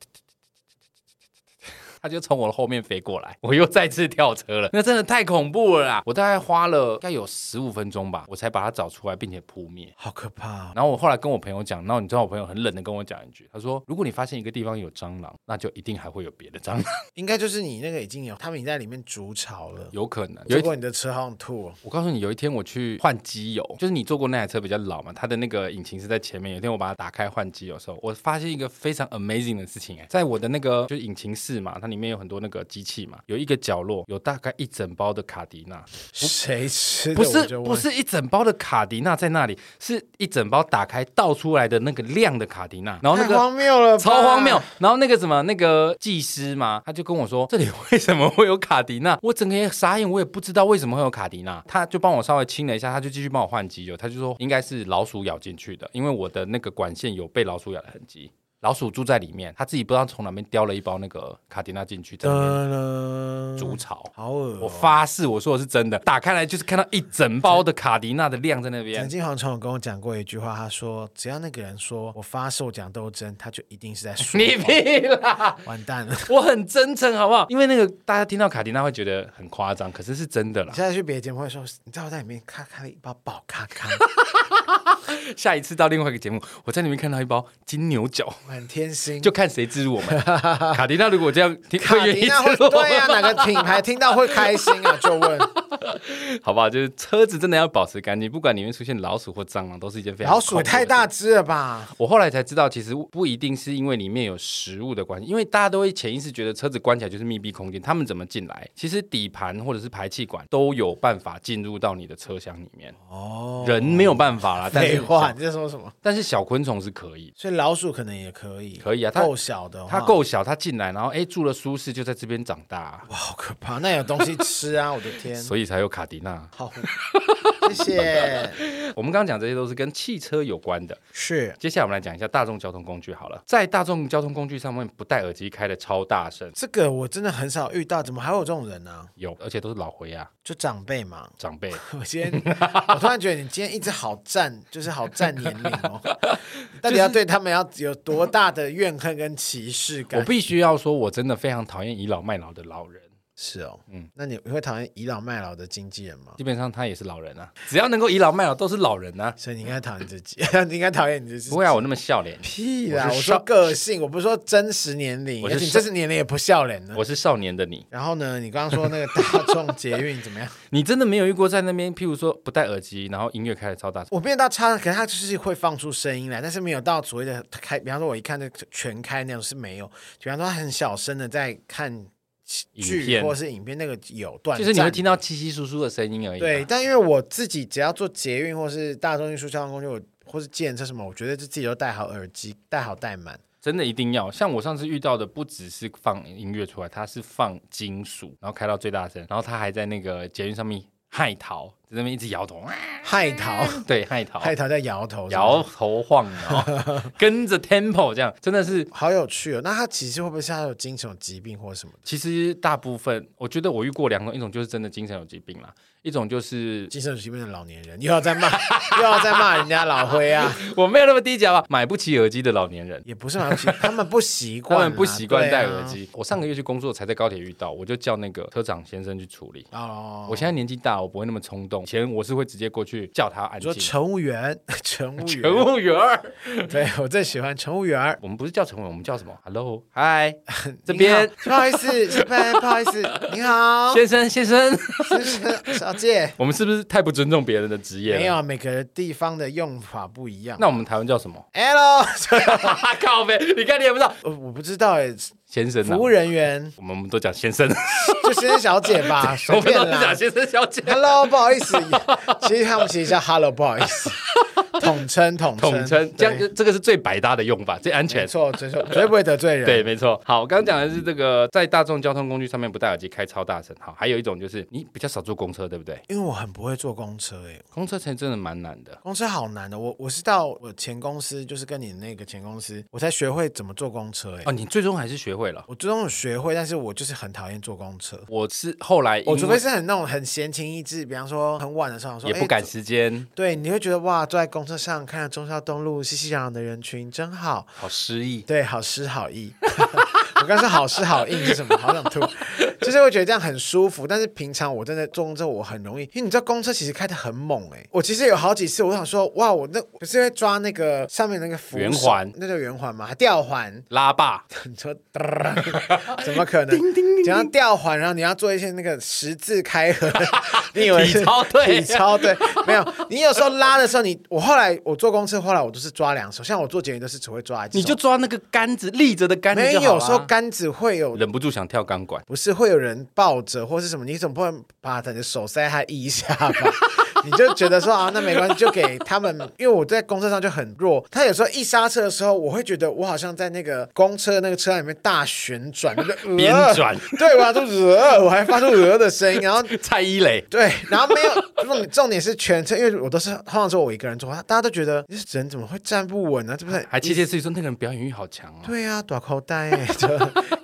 B: 他就从我的后面飞过来，我又再次跳车了，那真的太恐怖了啦！我大概花了应该有十五分钟吧，我才把它找出来并且扑灭。
A: 好可怕、哦。
B: 然后我后来跟我朋友讲，然后你知道我朋友很冷的跟我讲一句，他说：“如果你发现一个地方有蟑螂，那就一定还会有别的蟑螂，
A: 应该就是你那个已经有他们已经在里面筑巢了。
B: 有可能。”有
A: 结
B: 一天，
A: 果你的车好像吐、哦，
B: 我告诉你，有一天我去换机油，就是你坐过那台车比较老嘛，它的那个引擎是在前面。有一天我把它打开换机油的时候，我发现一个非常 amazing 的事情、哎，在我的那个就是引擎室嘛，它里面有很多那个机器嘛，有一个角落有大概一整包的卡迪娜，
A: 谁吃的？
B: 不
A: 我
B: 是
A: 就问
B: 不，是一整包的卡迪娜在那里，是一整包打开倒出来的那个亮的卡迪娜，然后那
A: 太
B: 个
A: 荒谬了吧，
B: 超荒谬。然后那个什么那个技师嘛，他就跟我说这里为什么会有卡迪娜？我整个也傻眼，我也不知道为什么会有卡迪娜。他就帮我稍微清了一下，他就继续帮我换机油，他就说应该是老鼠咬进去的，因为我的那个管线有被老鼠咬的痕迹。老鼠住在里面，他自己不知道从哪边叼了一包那个卡迪娜进去，在里
A: 呃
B: 面
A: 噔
B: 筑
A: 噔，
B: 巢。
A: 好恶、哦。
B: 我发誓，我说的是真的。打开来就是看到一整包的卡迪娜的量在那
A: 陈
B: 边，
A: 金黄传有跟我讲过一句话，他说：“只要那个人说我发售讲斗争，他就一定是在说
B: 你
A: 谎
B: 屁啦！
A: 完蛋了。
B: 我很真诚，好不好？因为那个大家听到卡迪娜会觉得很夸张，可是是真的啦
A: 你。现在去别的节目会说，你知道我在里面咔咔的一包爆咔咔，
B: 下一次到另外一个节目，我在里面看到一包金牛角，
A: 我很贴心。
B: 就看谁植入我 们。卡迪娜如果这样听，
A: 卡
B: 会愿
A: 迪
B: 意
A: 娜会
B: 植入我
A: 对啊，
B: 们，
A: 哪个品牌听到会开心啊？就 问
B: 好不好？就是车子真的要保持干净，不管里面出现老鼠或蟑螂，都是一件非常
A: 老鼠
B: 恐怖的事
A: 太大只了吧？
B: 我后来才知道，其实不一定是因为里面有食物的关系，因为大家都会潜意识觉得车子关起来就是密闭空间，他们怎么进来？其实底盘或者是排气管都有办法进入到你的车厢里面，
A: 哦，
B: 人没有办法啦。但
A: 废
B: 是
A: 话，你在说什么？
B: 但是小昆虫是可以的。
A: 所以老鼠可能也可以，
B: 可以啊它
A: 够小的话，
B: 它够小，它进来，然后哎住了舒适，就在这边长大啊、
A: 哇，好可怕。那有东西吃啊，我的 天，
B: 所以才有卡迪娜。
A: 好，谢谢。
B: 我们刚刚讲这些都是跟汽车有关的，
A: 是
B: 接下来我们来讲一下大众交通工具好了。在大众交通工具上面不戴耳机开的超大声，
A: 这个我真的很少遇到，怎么还有这种人呢、
B: 有，而且都是老回啊
A: 就长辈嘛。
B: 长 辈。
A: 我今 天，我突然觉得你今天一直好占，就是好占年龄 哦。 你到底要对他们要有多大的怨恨跟歧视感？
B: 我必须要说，我真的非常讨厌倚老卖老的老人。
A: 是哦，嗯，那你你会讨厌倚老卖老的经纪人吗？
B: 基本上他也是老人啊，只要能够倚老卖老都是老人啊。
A: 所以你应该讨厌自己， 你应该讨厌你自己。
B: 不会啊，我那么笑 脸，
A: 屁啦！
B: 我
A: 我
B: 是
A: 说
B: 少
A: 个性，我不是说真实年龄，
B: 我
A: 而
B: 是
A: 且你
B: 少
A: 真实年龄也不笑脸呢
B: 我。是少年的你。
A: 然后呢，你刚刚说那个大众捷运怎么样？
B: 你真的没有遇过在那边，譬如说不戴耳机，然后音乐开的超大声，
A: 我没有到差，可是它就是会放出声音来，但是没有到所谓的开。比方说，我一看那全开那种是没有。比方说，它很小声的在看
B: 影
A: 剧
B: 片
A: 或是影片，那个有断，
B: 就是你会听到。稀稀疏疏的声音而已、啊
A: 对，，但因为我自己只要做捷运或是大众运输交通工具，我或是建车什么，我觉得就自己都戴好耳机，戴好戴满。
B: 真的一定要。像我上次遇到的，不只是放音乐出来，它是放金属，然后开到最大声，然后他还在那个捷运上面害逃，在那边一直 摇头，啊
A: 害逃，
B: 对，害逃，
A: 害逃在摇头，是
B: 摇
A: 不是，
B: 头晃脑，跟着 tempo 这样，真的是。
A: 好有趣哦。那他其实会不会是他有精神疾病或什么的？
B: 其实大部分，我觉得我遇过两种，一种就是真的精神有疾病啦，一种就是
A: 精神疾病的老年人又要再骂，又要再骂人家老灰啊，
B: 我没有那么低级吧，买不起耳机的老年人。
A: 也不是蛮 不习，他们不习
B: 他
A: 惯啦，
B: 们不习惯戴
A: 对啊
B: 耳。机。我上个月去工作才在高铁遇到，我就叫那个车长先生去处理。
A: 哦，
B: 我现在年纪大，我不会那么冲动。以前我是会直接过去叫他安
A: 你说
B: 静。
A: 乘务员， 乘务员，
B: 乘务员儿，
A: 对我最喜欢乘务员儿。
B: 我们不是叫乘务员，我们叫什么？Hello，嗨， 这
A: 您好
B: 边
A: 不好意 思，先生，不好意思，你好，
B: 先生先生，
A: 先生， 小姐。
B: 我们是不是太不尊重别人的职业了？
A: 没。有，每个地方的用法不一样。？
B: 那我们台湾叫什么
A: Hello，
B: 靠呗，你看你也不知道，
A: 我我不知道哎，
B: 先生、啊，
A: 服务，人员
B: 我们都讲先生，
A: 就先生小姐 吧，
B: 我
A: 随
B: 们
A: 便
B: 都是
A: 啦
B: 讲。先生小 姐。
A: Hello，不好意思，其实他们其实叫 Hello，不好意 思，统称统称
B: 统称，这样
A: 对
B: 就这个是最百搭的用法，最安全
A: 没。错，没错，绝对不会得罪人。
B: 对，，没错。好，我刚刚讲的是这个，在大众交通工具上面不戴耳机开超大声。好，还有一种就是你比较少坐公车，对不对？
A: 因为我很不会坐公车哎，
B: 公车才真的蛮难的。
A: 公车好难哦的。我我是到我前公司，就是跟你那个前公司，我才学会怎么坐公车哎
B: 哦，。你最终还是学会了。
A: 我最终有学会，但是我就是很讨厌坐公车。
B: 我是后来因为，
A: 我哦除非是很那种很闲情逸致，比方说很晚的时候，想说
B: 也不
A: 哎
B: 赶时间，
A: 对，你会觉得哇，坐在公车上看着中孝东路熙熙攘攘的人群，真好。
B: 好失意。
A: 对，好诗好意。 我刚说好诗好意是什么？好想吐。就是我觉得这样很舒服，但是平常我真的坐公车我很容易，因为你知道公车其实开的很猛哎、我其实有好几次我想说哇，我那不是会抓那个上面那个扶手
B: 圆环
A: 那叫圆环吗？吊环。
B: 拉霸，
A: 你说， 怎么可能？你要吊环，然后你要做一些那个十字开合， 你以为是
B: 体操队
A: 体操 对，没有。你有时候拉的时候，你我后来我坐公车，后来我都是抓两手，像我做捷运都是只会抓一只手，
B: 你就抓那个杆子，立着的杆子
A: 没有。
B: 就好
A: 有
B: 啦
A: 时候杆子会有，
B: 忍不住想跳钢管。
A: 不是会有人抱着或是什么，你总不能把你的手塞他腋下吧？ 你就觉得说啊，那没关系，就给他们，因为我在公车上就很弱。他有时候一刹车的时候，我会觉得我好像在那个公车那个车厢里面大旋转，我就呃
B: 边 转
A: 对，我还发出鹅，呃我还发出鹅的声音，然后
B: 蔡依蕾，
A: 对，然后没有重重点是全车，因为我都是通常说我一个人坐，大家都觉得这人怎么会站不稳呢、啊这不是很
B: 还窃窃私语说那个人表演欲好强哦。
A: 对啊，短口袋 欸就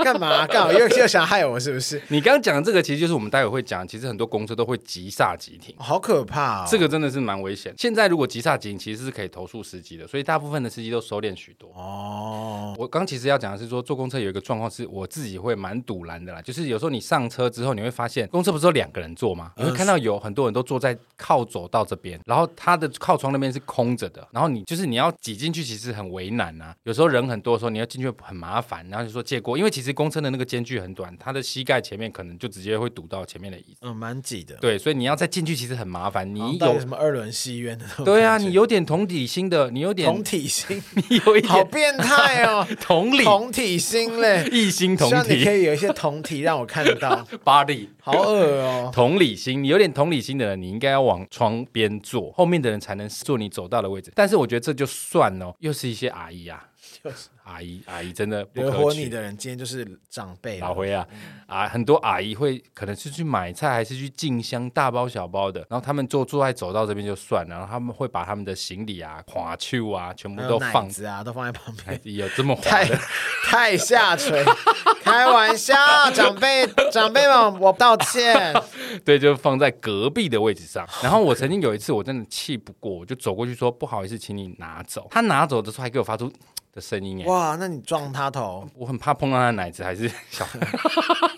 A: 干嘛干嘛又又想害我是不是？
B: 你刚刚讲的这个，其实就是我们待会会讲，其实很多公车都会急刹急停。
A: 好可怕哦！
B: 这个真的是蛮危险。现在如果急刹停，其实是可以投诉司机的，所以大部分的司机都收敛许多。
A: 哦，
B: 我刚其实要讲的是说，坐公车有一个状况是我自己会蛮堵拦的啦，就是有时候你上车之后，你会发现公车不是有两个人坐
A: 嗯
B: 吗？你会看到有很多人都坐在靠走道这边，然后他的靠窗那边是空着的，然后你就是你要挤进去，其实很为难啊。有时候人很多的时候，你要进去很麻烦，啊然后就说借过，因为其实公车的那个间距很短，他的膝盖前面可能就直接会堵到前面的椅子。
A: 嗯，蛮挤的。
B: 对，所以你要再进去其实很麻烦，
A: 好像
B: 你
A: 到底
B: 有
A: 什么二轮戏院的那种感觉？
B: 对啊，你有点同理心的，你有点
A: 同体心，
B: 你有一
A: 好
B: 点
A: 变态哦！
B: 同理
A: 同体心嘞，
B: 异心同
A: 希望你可
B: 体
A: 以有一些同体让我看得 到，
B: body。
A: 好恶哦。
B: 同理心，你有点同理心的人，你应该要往窗边坐，后面的人才能坐你走到的位置。但是我觉得这就算了，又是一些阿姨啊，阿姨阿姨真的不
A: 惹
B: 可
A: 火你
B: 取。
A: 的人今天就是长辈了
B: 老灰啊啊，很多阿姨会可能是去买菜，还是去进香，大包小包的，然后他们坐坐在走道这边就算了，然后他们会把他们的行李啊、花球啊，全部
A: 还有
B: 都
A: 奶
B: 放。
A: 子啊，都放在旁边，
B: 有 这么滑
A: 太
B: 的？
A: 太下垂，开玩笑，长辈长辈们，我道 歉。
B: 对，就放在隔壁的位置 上。然后我曾经有一次，我真的气不过，我就走过去说：“不好意思，请你拿走。” 他拿走的时候还给我发出的声音，哎，
A: 哇，那你撞他头，
B: 我很怕碰到他的奶子，还是小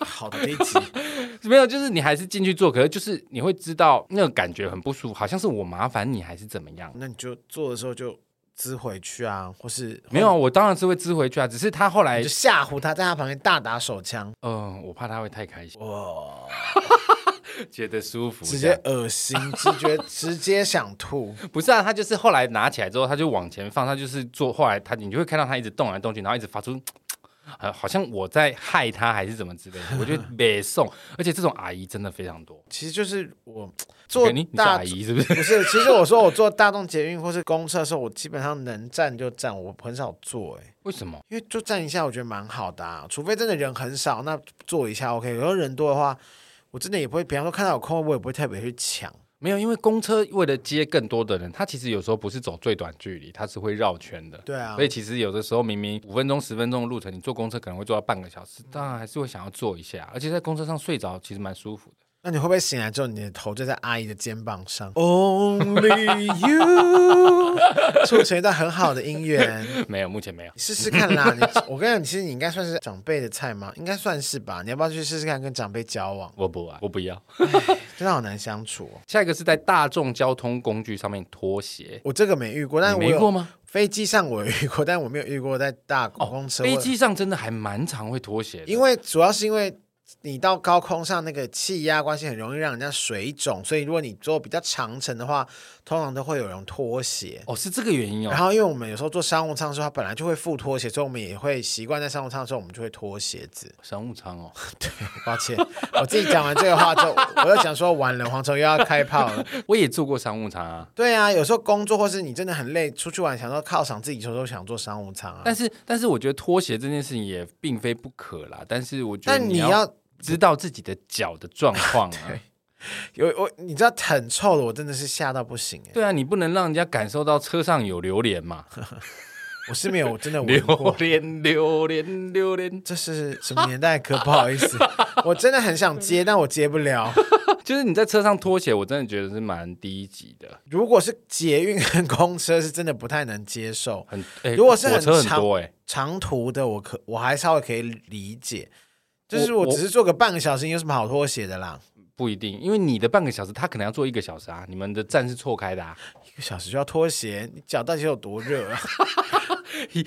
A: 好低级，
B: 没有，就是你还是进去做，可是就是你会知道那个感觉很不舒服，好像是我麻烦你还是怎么样。
A: 那你就做的时候就滋回去啊，或是
B: 没有啊，我当然是会支回去啊，只是他后来
A: 你就，吓唬他，在他旁边大打手枪，
B: 嗯、我怕他会太开心，
A: 哇，
B: 觉得舒服，
A: 直接恶心，直觉直接想吐，
B: 不是啊，他就是后来拿起来之后，他就往前放，他就是做，后来他你就会看到他一直动来动去，然后一直发出。呃，好像我在害他还是怎么之类的， 我觉得北宋，而且这种阿姨真的非常多。
A: 其实就是我做
B: 你你是
A: 大
B: 阿姨是不是？
A: 不是，其实我说我坐大众捷运或是公车的时候，我基本上能站就站，我很少坐、欸，
B: 为什么？
A: 因为就站一下，我觉得蛮好的、啊，除非真的人很少，那坐一下 OK。有时候人多的话，我真的也不会，比方说看到有空位，我也不会特别去抢。
B: 没有，因为公车为了接更多的人，它其实有时候不是走最短距离，它是会绕圈的。
A: 对啊
B: 所以其实有的时候明明五分钟、十分钟的路程，你坐公车可能会坐到半个小
A: 嗯
B: 时，当然还是会想要坐一下。而且在公车上睡着其实蛮舒服的。
A: 那你会不会醒来之后，你的头就在阿姨的肩膀上？Only you，促 成一段很好的姻缘。
B: 没有，目前没有。
A: 你试试看 啦！你我跟你讲，其实你应该算是长辈的菜吗？应该算是吧。你要不要去试试看跟长辈交往？
B: 我不啊，我不要。
A: 真的好难相处哦。
B: 下一个是在大众交通工具上面脱鞋，
A: 我这个没遇过，但
B: 你
A: 我
B: 没过
A: 有
B: 吗？
A: 飞机上我有遇过， 但我没有遇过在大公车、
B: 飞机上真的还蛮常会脱鞋的，
A: 因为主要是因为你到高空上那个气压关系很容易让人家水肿，所以如果你坐比较长程的话，通常都会有人脱鞋。
B: 哦是这个原因
A: 然
B: 哦。
A: 后，因为我们有时候坐商务舱的时候，它本来就会附拖鞋，所以我们也会习惯在商务舱的时候，我们就会脱鞋子。
B: 商务舱哦，
A: 抱歉， 我自己讲完这个话之后，我又想说完了，蝗虫又要开炮 了。
B: 我也坐过商务舱 啊，
A: 对啊，有时候工作或是你真的很累，出去玩想说犒赏自己，有时候想坐商务舱啊。
B: 但是但是我觉得脱鞋这件事情也并非不可啦，但是我觉得
A: 但你
B: 要
A: 要
B: 知道自己的脚的状 况啊。
A: 有我，你知道很臭的，我真的是吓到不行哎、
B: 对啊，你不能让人家感受到车上有榴莲嘛？
A: 我是没有， 我真的闻
B: 榴
A: 过。
B: 莲，榴莲，榴莲，
A: 这是什么年代歌？不好意 思，我真的很想接，但我接不了。
B: 就是你在车上脱鞋，我真的觉得是蛮低级的，
A: 如果是捷运跟公车，是真的不太能接受。
B: 很。欸
A: 如果是
B: 火
A: 很
B: 车很
A: 长
B: 多哎、欸
A: 长途的我可我还稍微可以理解，就是
B: 我
A: 我
B: 我
A: 只是坐个半个小时，你有什么好脱鞋的啦？
B: 不一定，因为你的半个小时，他可能要做一个小时啊。你们的站是错开 的啊，
A: 一个小时就要脱鞋，你脚到底有多热 啊？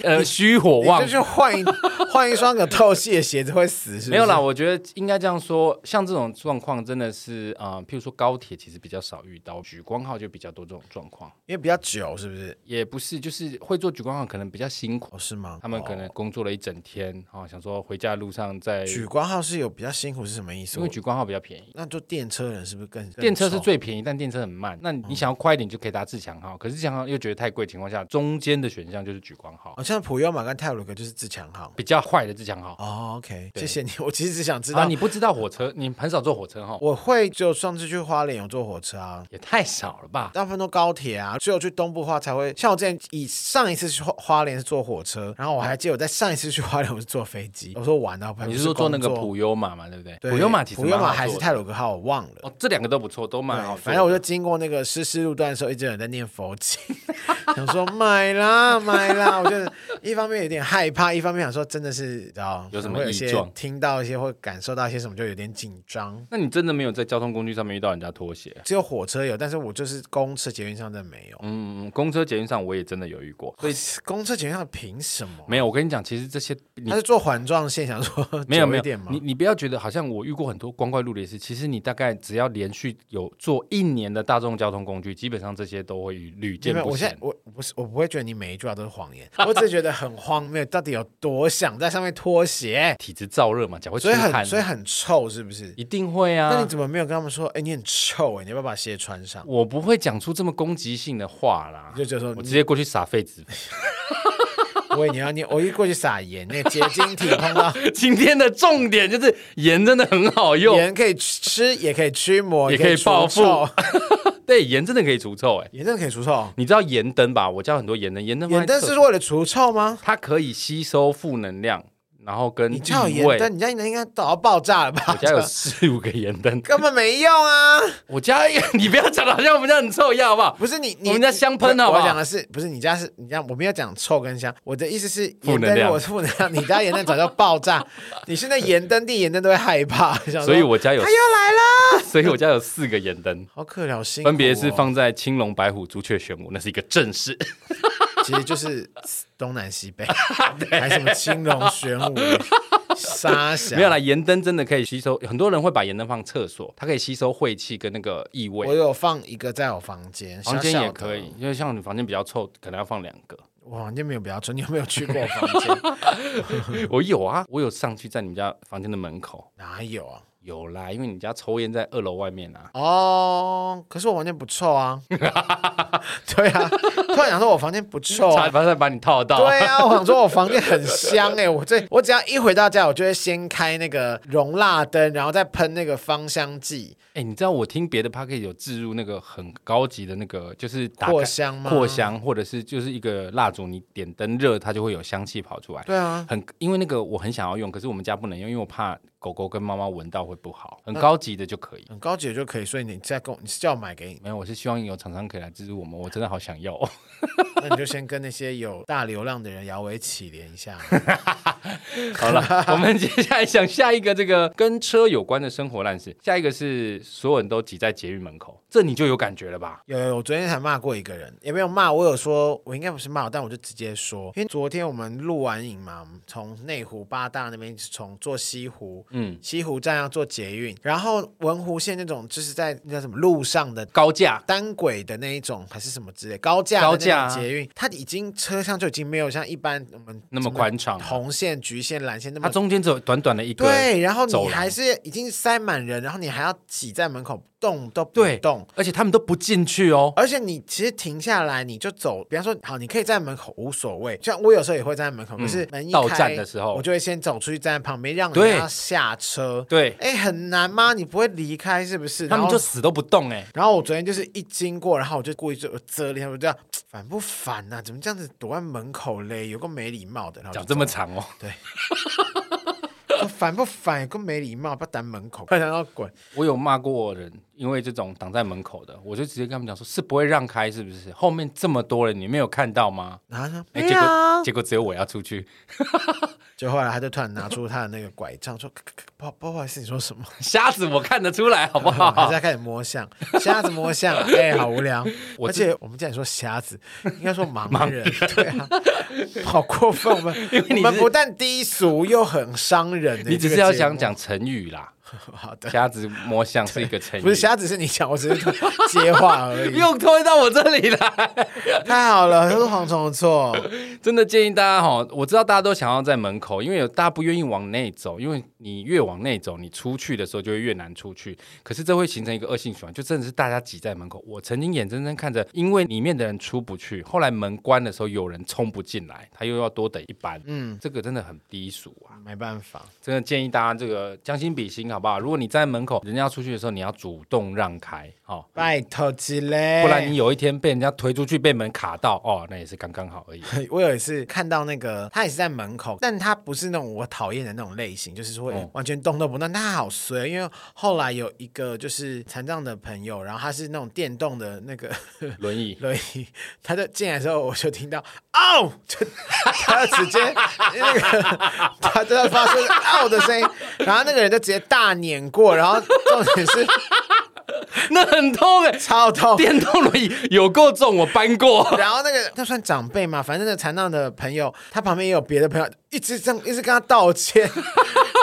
B: 呃，虚火
A: 你
B: 旺
A: 就。去换一 换一双有透气的鞋子会死是不是？
B: 没有啦，，我觉得应该这样说，像这种状况真的是，呃，譬如说高铁其实比较少遇到，举光号就比较多这种状况，
A: 因为比较久是不是？
B: 也不是，就是会做举光号可能比较辛苦，
A: 哦，是吗？
B: 他们可能工作了一整天，啊、想说回家的路上再，
A: 哦举光号是有比较辛苦是什么意思？
B: 因为举光号比较便宜。
A: 那坐电车的人是不是更
B: 嗯电车是
A: 更臭
B: 最便宜，但电车很慢。那
A: 哦
B: 你你想要快一点，就可以搭自强号。可是自强号又觉得太贵，情况下中间的选项就是举光号
A: 好，哦像普悠玛跟泰鲁格就是自强号。
B: 比较快的自强号。
A: 哦，OK，
B: 对
A: 谢谢你。我其实只想知
B: 啊，
A: 道，
B: 你不知道火车，你很少坐火车哈，
A: 我会只有上次去花莲有坐火车啊，
B: 也太少了吧？
A: 大部分都高铁啊，只有去东部的话才会。像我之前以上一次去花花莲是坐火车，然后我还记得我在上一次去花莲我是坐飞机。我说玩到、啊，
B: 你是说坐那个
A: 工作
B: 普悠玛嘛，对不对？
A: 对
B: 普悠玛其实
A: 普悠玛
B: 玛
A: 还是泰鲁格号，我忘了。
B: 哦，这两个都不错，都蛮好
A: 对，
B: 坐的。
A: 反正我就经过那个诗诗路段的时候，一直有人在念佛经，想说买啦买啦。我就一方面有点害怕，一方面想说真的是你知道
B: 有什么
A: 会有一
B: 异
A: 些
B: 状
A: 听到一些或感受到一些什么，就有点紧张。
B: 那你真的没有在交通工具上面遇到人家脱鞋？啊
A: 只有火车有，但是我就是公车、捷运上真的没有。
B: 嗯，公车、捷运上我也真的有遇过。所以
A: 公车、捷运上凭什么？
B: 没有，我跟你讲，其实这些你
A: 他是做环状线，想说
B: 没 有
A: 久
B: 没
A: 一
B: 有
A: 点，吗
B: 你？你不要觉得好像我遇过很多光怪陆离的事，其实你大概只要连续有做一年的大众交通工具，基本上这些都会屡屡见
A: 因为
B: 不
A: 我现在
B: 鲜。
A: 我我不是我不会觉得你每一句话都是谎言， 我只是觉得很荒谬，到底有多想在上面脱鞋，
B: 体质燥热嘛，脚会出
A: 所以
B: 汗啊
A: 很，所以很臭，是不是？
B: 一定会啊。
A: 那你怎么没有跟他们说？哎，你很臭哎，你要不要把鞋穿上？
B: 我不会讲出这么攻击性的话啦，
A: 你就觉得说
B: 我直接过去撒痱子。
A: 我以为你要念，我一过去撒盐，那个结晶体碰 到
B: 今天的重点就是盐真的很好用，
A: 盐可以吃，也可以驱魔，
B: 也
A: 可
B: 可以
A: 除
B: 报复
A: 臭
B: 对，盐真的可以除臭哎、
A: 盐真的可以除臭？
B: 你知道盐灯吧？我教很多盐灯，盐灯放
A: 盐
B: 在
A: 灯
B: 厕
A: 是为了除臭吗？
B: 它可以吸收负能量，然后跟
A: 你家有
B: 异
A: 盐
B: 味。
A: 灯，你家应该早爆炸了吧？
B: 我家有四五个盐灯，
A: 根本没用啊！
B: 我家你不要讲的好像我们家很臭一样，好不好？
A: 不是你，你
B: 我们家香喷好不好
A: 我讲的是，不是你家是你家，我没有讲臭跟香，我的意思是
B: 负
A: 盐
B: 能
A: 灯
B: 量
A: 如果是负能量，你家盐灯早就爆 炸，你现在盐灯地盐灯都会害怕，想说
B: 所以我家有
A: 啊他，又来了，
B: 所以我家有四个盐灯，
A: 好可怜，好辛苦哦
B: 分别是放在青龙、白虎、朱雀、玄武，那是一个正式。
A: 其实就是东南西 北，还什么青龙玄武、沙峡，
B: 没有啦，盐灯真的可以吸收，很多人会把盐灯放厕所，它可以吸收晦气跟那个异
A: 我
B: 味。
A: 有放一个在我房间，
B: 房间
A: 小小的
B: 也可以，。因为像你房间比较臭，可能要放两个。
A: 我房间没有比较臭，你有没有去过我房间？
B: 我有啊，我有上去在你们家房间的门口，
A: 哪有啊？
B: 有啦，因为你家抽烟在二楼外面啊。
A: 哦，可是我完全不臭啊。 对啊，突然想说我房间不臭
B: 差
A: 啊。
B: 反正把你套到，
A: 对啊，我想说我房间很香哎、我这我只要一回到家，我就会先开那个容蜡灯，然后再喷那个芳香剂。
B: 哎、你知道我听别的 p a c k a g e 有置入那个很高级的那个，就是打开
A: 扩香吗
B: 扩香或者是就是一个蜡烛，你点灯热，它就会有香气跑出来。
A: 对啊，
B: 很，因为那个我很想要用，可是我们家不能用，因为我怕狗狗跟猫猫闻到会不好。
A: 嗯
B: 很高级的就可以。
A: 很嗯高级的就可以，所以你再跟我，你是叫我买给你，
B: 没有，我是希望有厂商可以来资助我们，我真的好想要、哦。
A: 那你就先跟那些有大流浪的人摇尾乞怜一下。
B: 好了，我们接下来想下一个这个跟车有关的生活烂事。下一个是所有人都挤在捷运门口，这你就有感觉了吧？
A: 有有，我昨天才骂过一个人，也没有骂，我有说，我应该不是骂，但我就直接说，因为昨天我们录完影嘛，我们从内湖八大那边从坐西湖，
B: 嗯，
A: 西湖站要坐捷运，然后文湖线那种就是在那叫什么路上的
B: 高架
A: 单轨的那一种，还是什么之类高架
B: 高架
A: 的
B: 啊
A: 那种捷运，它已经车厢就已经没有像一般我们
B: 那么宽敞，啊
A: 红线、橘线、蓝线那
B: 它
A: 么。
B: 中间只有短短的一个
A: 对，然后
B: 走
A: 你
B: 廊
A: 还是已经塞满人，然后你还要挤在门口动都不
B: 对
A: 动，
B: 而且他们都不进去哦。
A: 而且你其实停下来，你就走，比方说，好，你可以站在门口无所谓。像我有时候也会站在门口，可是门一开
B: 嗯到站的时候
A: 我就会先走出去站在旁边，让
B: 对
A: 人家下车。
B: 对，
A: 哎，很难吗？你不会离开是不是？
B: 他们
A: 然后
B: 就死都不动哎、
A: 然后我昨天就是一经过，然后我就故意就遮脸，我就这样烦不烦呐、怎么这样子躲在门口嘞？有个没礼貌的，然后
B: 讲这么长哦，
A: 说烦不烦？有个没礼貌，不要挡门 口，快点要滚！
B: 我有骂过人，因为这种挡在门口的，我就直接跟他们讲说，是不会让开是不是？后面这么多人，你没有看到吗？
A: 然后他说
B: 哎
A: 没
B: 结
A: 有啊
B: 果，结果只有我要出去，
A: 就后来他就突然拿出他的那个拐杖，说：“不好不好意思，你说什么？”
B: 瞎子我看得出来，好不
A: 还 是
B: 好？
A: 在开始摸象，瞎子摸象，哎、好无聊。
B: 我
A: 而
B: 知
A: 且我们既然说瞎子，应该说盲人，对啊，好过分！ 我们
B: 为你
A: 我们
B: 是
A: 不但低俗，又很伤人、欸。
B: 你只
A: 这
B: 是
A: 个
B: 要
A: 节
B: 想
A: 目，
B: 讲成语啦，
A: 好的，
B: 瞎子摸象是一个成语，
A: 不是瞎子是你讲，我只是接话而 已。
B: 又推到我这里来。
A: 太好了，都是蝗虫的错。
B: 真的建议大家哈，我知道大家都想要在门口，因为有大家不愿意往内走，因为你越往内走，你出去的时候就会越难出去。可是这会形成一个恶性循环，就真的是大家挤在门口。我曾经眼睁睁看着，因为里面的人出不去，后来门关的时候有人冲不进来，他又要多等一班。嗯，这个真的很低俗啊！
A: 没办法，
B: 真的建议大家这个将心比心，好不好？如果你在门口，人家要出去的时候，你要主动让开， 好、
A: 拜托之嘞。
B: 不然你有一天被人家推出去，被门卡到，哦，那也是刚刚好而已。
A: 我有一次看到那个，他也是在门口，但他不是那种我讨厌的那种类型，就是会
B: 嗯
A: 完全动都不动。但他好衰，哦因为后来有一个就是残障的朋友，然后他是那种电动的那个
B: 轮椅。
A: 轮椅，他就进来的时候，我就听到哦，就 他直接那个他就要发出哦的声音，然后那个人就直接大碾过，然后重点是
B: 那很痛哎、
A: 超痛，
B: 电动轮椅有够重，我搬过。
A: 然后那个那算长辈嘛，反正那个残障的朋友，他旁边也有别的朋友，一直这样一直跟他道歉。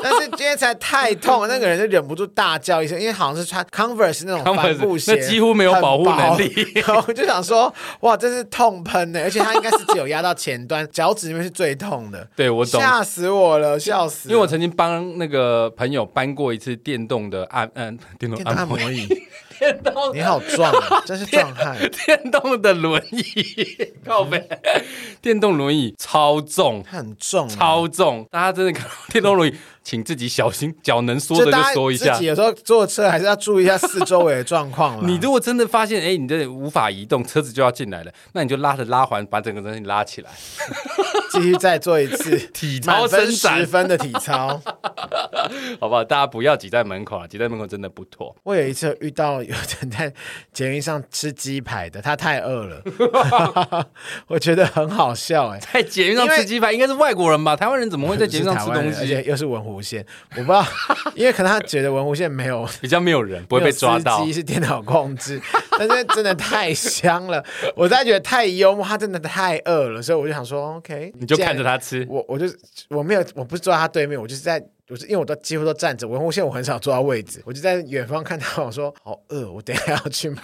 A: 但是今天才太痛了，那个人就忍不住大叫一声，因为好像是穿 Converse 那种
B: Converse，
A: 帆布鞋，
B: 那几乎没有保护能力
A: 很薄。 然后我就想说，哇，真是痛喷欸呢！而且他应该是只有压到前端，脚趾那边是最痛的。
B: 对我懂
A: 吓死我了，笑死
B: 因
A: 了！
B: 为我曾经帮那个朋友搬过一次电动的按嗯、电动
A: 电动
B: 按
A: 按
B: 摩
A: 摩椅，
B: 电动
A: 你好壮啊，真是壮汉。
B: 电动的轮椅， 靠背，电动轮椅超重。
A: 他很重、啊，
B: 超重！大家真的看到电动轮椅，请自己小心，脚能缩的就
A: 大家
B: 缩一下
A: 自己。有时候坐车还是要注意一下四周围的状况了。
B: 你如果真的发现，哎、你这无法移动，车子就要进来了，那你就拉着拉环，把整个东西拉起来。
A: 继续再做一次
B: 体操
A: 满分
B: 伸展
A: 十分的体操。
B: 好不好？大家不要挤在门口啊，挤在门口真的不妥。
A: 我有一次遇到有人在捷运上吃鸡排的，他太饿了， 我觉得很好笑哎、
B: 在捷运上吃鸡排应该是外国人吧？台湾人怎么会在捷运上吃
A: 是台
B: 东
A: 湾人而
B: 西？
A: 且又是文湖线，我不知道， 因为可能他觉得文湖线没有
B: 比较没有人， 不会被抓
A: 没有
B: 到
A: 司机。是电脑控制，但是真的太香了，我真的觉得太幽默，他真的太饿了，所以我就想说，OK，
B: 你就
A: 既然
B: 看着他吃，
A: 我我就我没有，我不是坐在他对面，我就是在，我是因为我都几乎都站着，文湖线我很少坐到位置，我就在远方看他，我说好饿，我等一下要去买，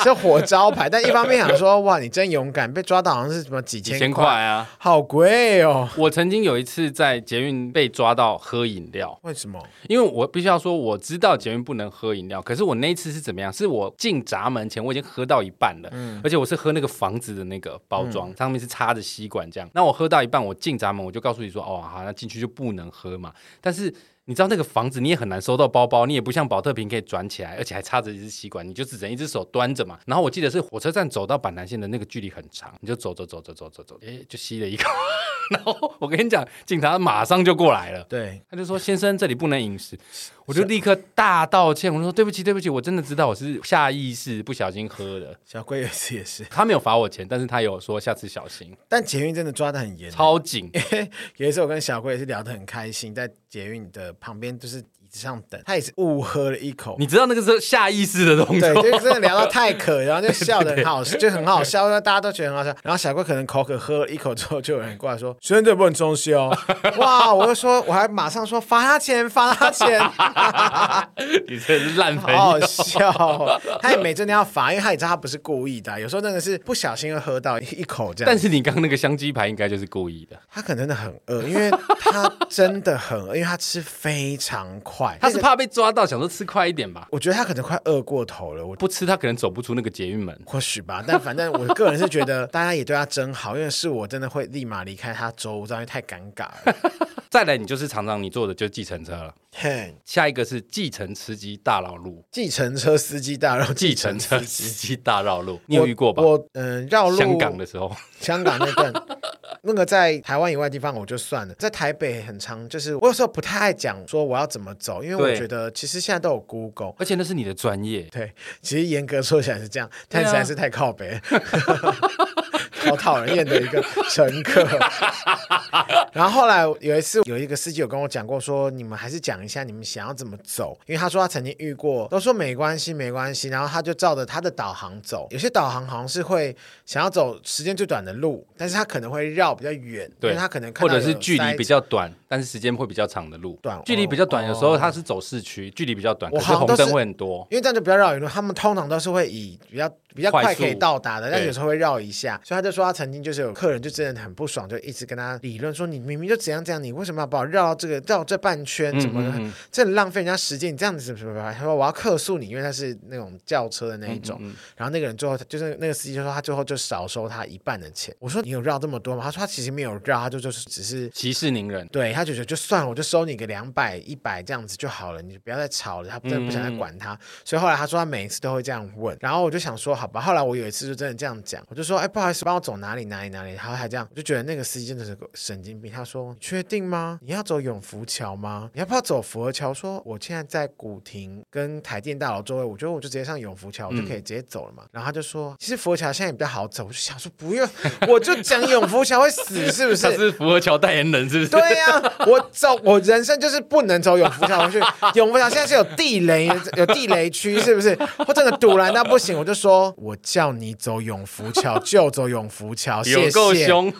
A: 是火招牌，但一方面想说，哇，你真勇敢，被抓到好像是什么几
B: 几
A: 千
B: 千块，啊！
A: 好贵哦。
B: 我曾经有一次在捷运被抓到喝饮料，
A: 为什么？
B: 因为我必须要说，我知道捷运不能喝饮料，可是我那一次是怎么样？是我进闸门前我已经喝到一半了，而且我是喝那个房子的那个包装，上面是插着吸管这样。那我喝到一半，我进闸门我就告诉你说，哦，好，那进去就不能喝嘛。但是你知道那个房子你也很难收到包包，你也不像保特瓶可以转起来，而且还插着一支吸管，你就只能一只手端着嘛。然后我记得是火车站走到板南线的那个距离很长，你就走走走走走走走，诶，就吸了一口。 然后我跟你讲，警察马上就过来了。
A: 对，
B: 他就说：“先生，这里不能饮 食。”我就立刻大道歉，我说：“对不起，对不起，我真的知道我是下意识不小心喝的。
A: 小贵有一次也是”，
B: 他没有罚我钱，但是他有说下次小心，
A: 但捷运真的抓的很严。
B: 超 紧。
A: 有一次我跟小贵也是聊得很开心，在捷运的旁边就是椅子上等，他也是误喝了一口。
B: 你知道那个是下意识的动
A: 对，
B: 作，
A: 就真的聊到太渴，然后就笑得很好，就很好笑，那大家都觉得很好笑。然后小贵可能口渴喝了一口之后，就有人过来说：“学生这不能中 休。”哇！我就说，我还马上说罚他钱，罚他 钱，
B: 你真的是烂朋
A: 好好
B: 友。
A: 笑哦。他也没真的要罚，因为他也知道他不是故意的啊，有时候真的是不小心会喝到一口这样。
B: 但是你刚刚那个香鸡排应该就是故意的，
A: 他可能真的很饿，因为他真的很饿，因为他吃非常快，
B: 他是怕被抓到，想说吃快一点吧。
A: 我觉得他可能快饿过头了，我
B: 不吃他可能走不出那个捷运门。
A: 或许吧，但反正我个人是觉得大家也对他真好，因为是我真的会立马离开他周遭，因为太尴尬了。
B: 再来，你就是常常你坐的就是计程车了。
A: 嘿，
B: 下一个是计程司机大绕路，
A: 计程车司机大绕，
B: 计程车
A: 司
B: 司
A: 机
B: 机大绕路，你有遇过吧？
A: 我我嗯、绕路
B: 香港的时候，
A: 香港那段。那个在台湾以外的地方我就算了，在台北很长，就是我有时候不太爱讲说我要怎么走，因为我
B: 对
A: 觉得其实现在都有 Google，
B: 而且那是你的专业。
A: 对，其实严格说起来是这样，但
B: 对
A: 实
B: 啊
A: 在是太靠北了， 好讨人厌的一个乘客。 然后后来有一次，有一个司机有跟我讲过说，你们还是讲一下你们想要怎么走，因为他说他曾经遇过，都说没关系没关系，然后他就照着他的导航走。有些导航好像是会想要走时间最短的路，但是他可能会绕比较远，因
B: 对，
A: 为他可能看
B: 或
A: 到
B: 者是
A: 有
B: 距
A: 塞
B: 离比
A: 车
B: 较短，但是时间会比较长的路。
A: 短
B: 距离比较短，
A: 哦
B: 有时候它是走市区，距离比较短，
A: 我
B: 可
A: 好像
B: 红
A: 都是
B: 灯会很多。
A: 因为这样就比较绕远路，他们通常都是会以比较比较快
B: 快速
A: 可以到达的，但
B: 对
A: 有时候会绕一下。所以他就说他曾经就是有客人就真的很不爽，就一直跟他理论说你明明就怎样怎样，你为什么要把我绕到这个绕这半圈？怎么了？这很浪费人家时间，你这样子什么什么？他说我要客诉你，因为他是那种轿车的那一种。然后那个人最后就是那个司机就说他最后就少收他一半的钱。我说你有绕这么多吗？他说他其实没有绕，他就就是只是
B: 息事宁人，
A: 对他就觉得就算了，我就收你个两百、一百这样子就好了，你就不要再吵了。他真的不想再管他，所以后来他说他每一次都会这样问，然后我就想说好吧。后来我有一次就真的这样讲，我就说哎不好意思，帮我走哪里哪里哪里，然后还这样，我就觉得那个司机真的是个神经病。他说你确定吗？你要走永福桥吗？你要不要走福和桥？我说我现在在古亭跟台电大楼周围，我觉得我就直接上永福桥，我就可以直接走了嘛。然后他就说其实福和桥现在也比较好走，我就想说不用，我就讲永福桥会死是不是
B: 他？是福和桥代言人，是不 是？
A: 对呀、我走，我人生就是不能走永福桥 我去。永福桥现在是有地雷，有地雷区，是不是？我真的堵拦到不行，我就说，我叫你走永福桥就走永福桥，谢
B: 有够
A: 谢。
B: 凶，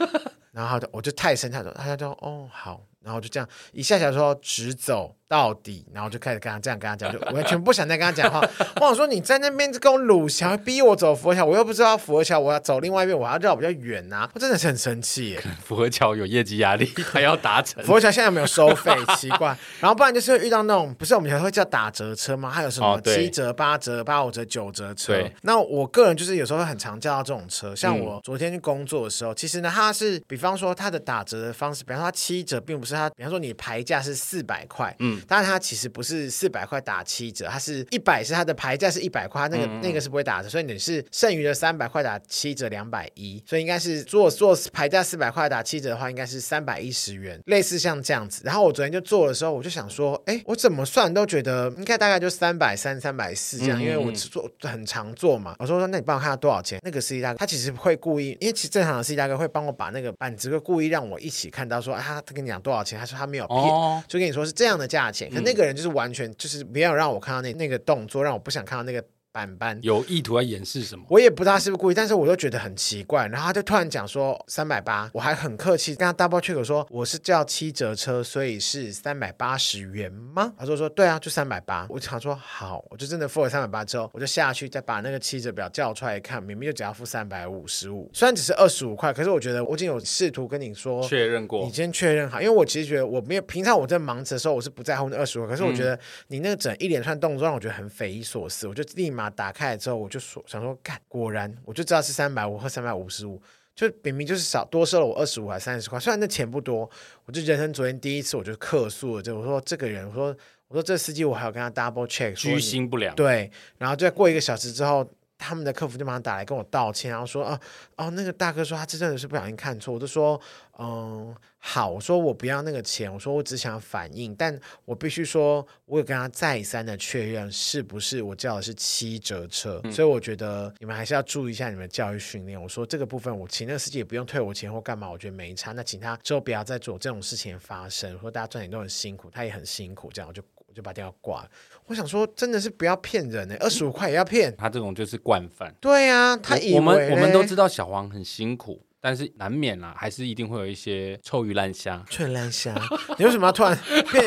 A: 然后他就我就太生气了，他就说哦好，然后就这样一下下说直走到底，然后就开始跟他这样跟他讲，就完全不想再跟他 讲话。我想说你在那边跟我鲁桥，逼我走佛桥，我又不知道佛桥，我要走另外一边，我要绕比较远呐、我真的是很生气耶。
B: 福和桥有业绩 压力，还要达成。
A: 佛桥现在有没有收 费？奇怪。然后不然就是会遇到那种，不是我们有时候会叫打折车吗？还有什么
B: 哦对
A: 七折、八折、八五折、九折车
B: 对？
A: 那我个人就是有时候会很常叫到这种车。像我昨天去工作的时候，其实呢，它是比方说它的打折的方式，比方说它七折，并不是它，比方说你牌价是四百块，嗯，但是它其实不是四百块打七折，它是一百是它的牌价是一百块，它那个、那个是不会打折，所以你是剩余的三百块打七折两百一，所以应该是如果做牌价四百块打七折的话，应该是三百一十元，类似像这样子。然后我昨天就做的时候，我就想说，哎，我怎么算都觉得应该大概就三百三、三百四这样，因为我做很常做嘛。我说那你帮我看下多少钱？那个司机大哥他其实会故意，因为其实正常的司机大哥会帮我把那个板子，会故意让我一起看到说，啊，他他跟你讲多少钱，他说他没有骗，
B: 哦，
A: 就跟你说是这样的价钱，可那个人就是完全就是没有让我看到那那个动作，让我不想看到那个。板板。
B: 有意图要掩饰什么？
A: 我也不知道他是不是故意，但是我都觉得很奇怪。然后他就突然讲说三百八，我还很客气跟他 double check 说我是叫七折车，所以是三百八十元吗？他说说对啊，就三百八。我想说好，我就真的付了三百八之后，我就下去再把那个七折表叫出来看，明明就只要付三百五十五，虽然只是二十五块，可是我觉得我已经有试图跟你说
B: 确认过
A: 哦你，先确认好，因为我其实觉得我没有平常我在忙着的时候，我是不在乎那二十五，可是我觉
B: 嗯
A: 得你那个整一连串动作让我觉得很匪夷所思，我就立马打开来之后，我就说想说，干，果然我就知道是三百五或三百五十五，就明明就是少多收了我二十五还三十块，虽然那钱不多，我就人生昨天第一次我就客诉了，这我说这个人，我说我说这司机我还要跟他 double check，说
B: 居
A: 你
B: 心不良。
A: 对，然后再过一个小时之后，他们的客服就马上打来跟我道歉，然后说啊，哦，那个大哥说他这真的是不小心看错，我就说，嗯，好，我说我不要那个钱，我说我只想反映，但我必须说，我有跟他再三的确认是不是我叫的是七折车，
B: 嗯
A: 所以我觉得你们还是要注意一下你们的教育训练。我说这个部分，我请那个司机也不用退我钱或干嘛，我觉得没差。那请他之后不要再做这种事情发生。我说大家赚钱都很辛苦，他也很辛苦，这样我就。我就把电话挂了。我想说，真的是不要骗人呢、2二十五欸块也要骗。
B: 他这种就是惯犯。
A: 对呀、啊，他以为
B: 我们我们都知
A: 道
B: 道小黄很辛苦，但是难免啦、还是一定会有一些臭鱼烂虾。
A: 吹烂虾，你为什么要突然变？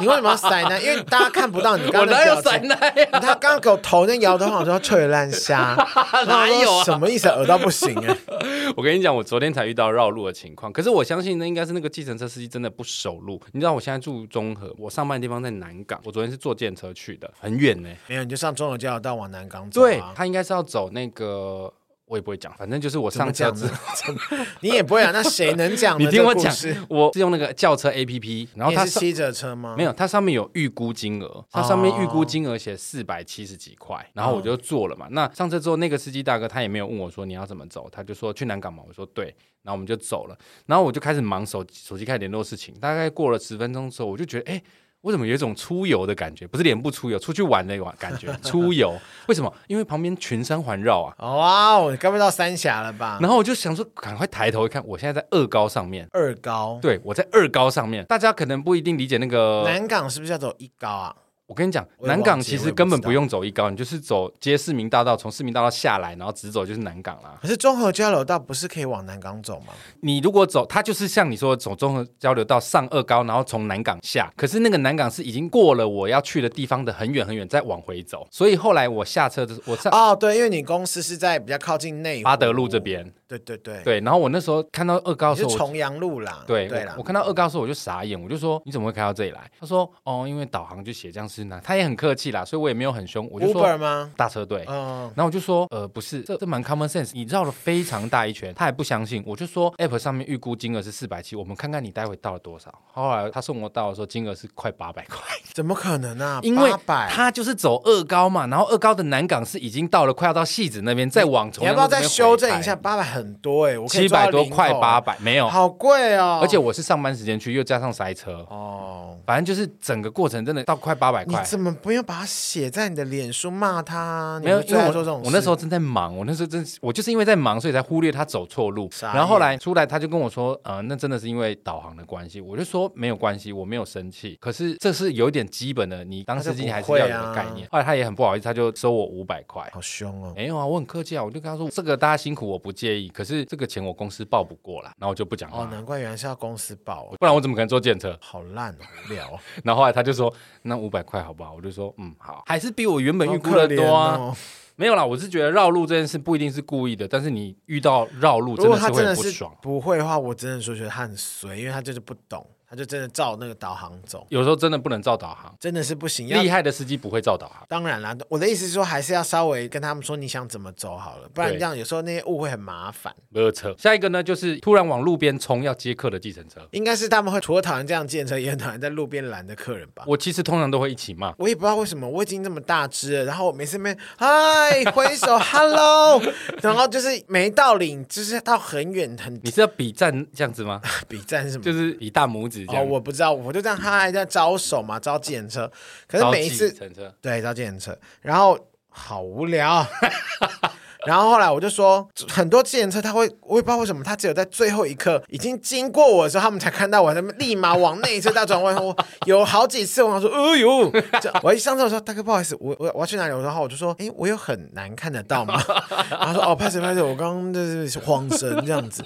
A: 你为什么要塞呢？因为大家看不到你刚刚 的表情。
B: 奶呀、
A: 他刚刚给我头那摇头，我说吹烂 虾，
B: 哪有
A: 我想
B: 啊
A: 说什么意思？耳到不行哎、
B: 我跟你讲，我昨天才遇到绕路的情况，可是我相信那应该是那个计程车司机真的不熟路。你知道我现在住中和，我上班的地方在南港，我昨天是坐电车去的，很远呢、
A: 没有，你就上中油交流道往南港走、
B: 对
A: 啊。
B: 他应该是要走那个，我也不会讲，反正就是我
A: 怎么
B: 上车
A: 讲
B: 之
A: 呢？ 你也不会啊？那谁能讲呢？
B: 你听我
A: 这故
B: 讲
A: 事，
B: 我是用那个轿车 APP，然后
A: 你
B: 它
A: 也是
B: 上
A: 七折车吗？
B: 没有，它上面有预估金额，它上面预估金额写四百七十几块，然后我就做了嘛。那上车之后，那个司机大哥他也没有问我说你要怎么走，他就说去南港嘛，我说对，然后我们就走了。然后我就开始忙手手机开始联络事情，大概过了十分钟之后，我就觉得哎。诶我怎么有一种出游的感觉？不是脸部出游，出去玩的感觉。出游为什么？因为旁边群山环绕啊。
A: 哦。哇哦，你该不会到三峡了吧？
B: 然后我就想说，赶快抬头一看，我现在在二高上面。
A: 二高，
B: 对，我在二高上面，大家可能不一定理解那个
A: 南港是不是要走一高啊？
B: 我跟你讲，
A: 我也忘
B: 南
A: 记
B: 港其
A: 我也
B: 实
A: 不
B: 根本
A: 知道
B: 不用走一高，你就是走接市民大道，从市民大道下来，然后直走就是南港啦。
A: 可是中和交流道不是可以往南港走吗？
B: 你如果走，它就是像你说的走综合交流道上二高，然后从南港下。可是那个南港是已经过了我要去的地方的很远很远，再往回走。所以后来我下车的时候，我上
A: 哦，对，因为你公司是在比较靠近内湖
B: 巴德路这，边，
A: 对对对，
B: 对。然后我那时候看到二高
A: 哦你
B: 的时
A: 是
B: 候，我
A: 重阳路啦，
B: 对
A: 对
B: 我
A: 啦
B: 我，看到二高的时候我就傻眼，我就说你怎么会开到这里来？他说哦，因为导航就写这样是哪，他也很客气啦，所以我也没有很凶，我就说
A: Uber 吗？
B: 大车队，
A: 嗯，
B: 然后我就说，呃，不是，这这蛮 common sense，你绕了非常大一圈，他还不相信。我就说，app 上面预估金额是四百七，我们看看你待会到了多少。后来他送我到的时候，金额是快八百块，
A: 怎么可能啊？
B: 因为
A: 800
B: 他就是走二高嘛，然后二高的南港是已经到了快要到戏子那边，再往
A: 你
B: 重
A: 要
B: 阳
A: 不要
B: 路这
A: 再
B: 边
A: 修正一下？
B: 回
A: 八百很多哎，我
B: 台？七百多快八
A: 百，
B: 百没有，
A: 好贵哦，
B: 而且我是上班时间去，又加上塞车，
A: 哦。
B: 反正就是整个过程真的到快八百
A: 你
B: 块。
A: 怎么不用把它写在你的脸书骂他啊？你
B: 没有，
A: 不
B: 因
A: 最
B: 为
A: 爱
B: 我
A: 做这种事
B: 我那时候正在忙，我那时候真是我就是因为在忙，所以才忽略他走错路。
A: 傻眼
B: 然后后来出来，他就跟我说，呃，那真的是因为导航的关系。我就说没有关系，我没有生气。可是这是有一点基本的，你当司机还是要有
A: 他就不
B: 的概
A: 会啊
B: 念。后来他也很不好意思，他就收我五百块。
A: 好凶哦，
B: 没有啊，我很客气啊，我就跟他说这个大家辛苦，我不介意。可是这个钱我公司报不过啦，然后我就不讲话
A: 哦，，难怪原来是要公司报哦，
B: 不然我怎么可能坐电车？
A: 好烂哦，无聊哦，
B: 然后后来他就说那五百块好不好？我就说嗯好，还是比我原本
A: 好
B: 预估
A: 可
B: 的
A: 怜
B: 多啊。
A: 哦。
B: 没有啦，我是觉得绕路这件事不一定是故意的，但是你遇到绕路
A: 如
B: 真
A: 果
B: 的是
A: 他
B: 会
A: 真的
B: 很不
A: 是
B: 爽。
A: 不会的话，我真的说觉得他很衰，因为他就是不懂，他就真的照那个导航走，
B: 有时候真的不能照导航，
A: 真的是不行。要
B: 厉害的司机不会照导航。
A: 当然啦，我的意思是说，还是要稍微跟他们说你想怎么走好了，不然
B: 对
A: 这样有时候那些误会很麻烦。
B: 没有车。下一个呢，就是突然往路边冲要接客的计程车。
A: 应该是他们会除了讨厌这样见车，也很讨厌在路边拦的客人吧。我
B: 我其实通常都会一起骂，
A: 也不知道为什么，我已经这么大只了，然后我每次面嗨挥手 hello，然后就是没道理，就是到很远很
B: 你是要比赞这样子 吗？
A: 比赞是什么
B: 就。是比大拇指这
A: 哦，
B: 样。
A: 我不知道，我就这样嗨，这样招手嘛，招计程车。可是
B: 招
A: 每一次
B: 计程车，
A: 对，搭计程车，然后好无聊。 然后后来我就说，很多自行车他会，我也不知道为什么，他只有在最后一刻已经经过我的时候，他们才看到我，他们立马往内侧大转弯。我有好几次，我想说，哎呦，这我一上车我说，大哥不好意思，我我我要去哪里？然后我就说，哎，我有很难看得到吗？然后说，哦，拍谁拍谁，我刚刚就是晃神这样子，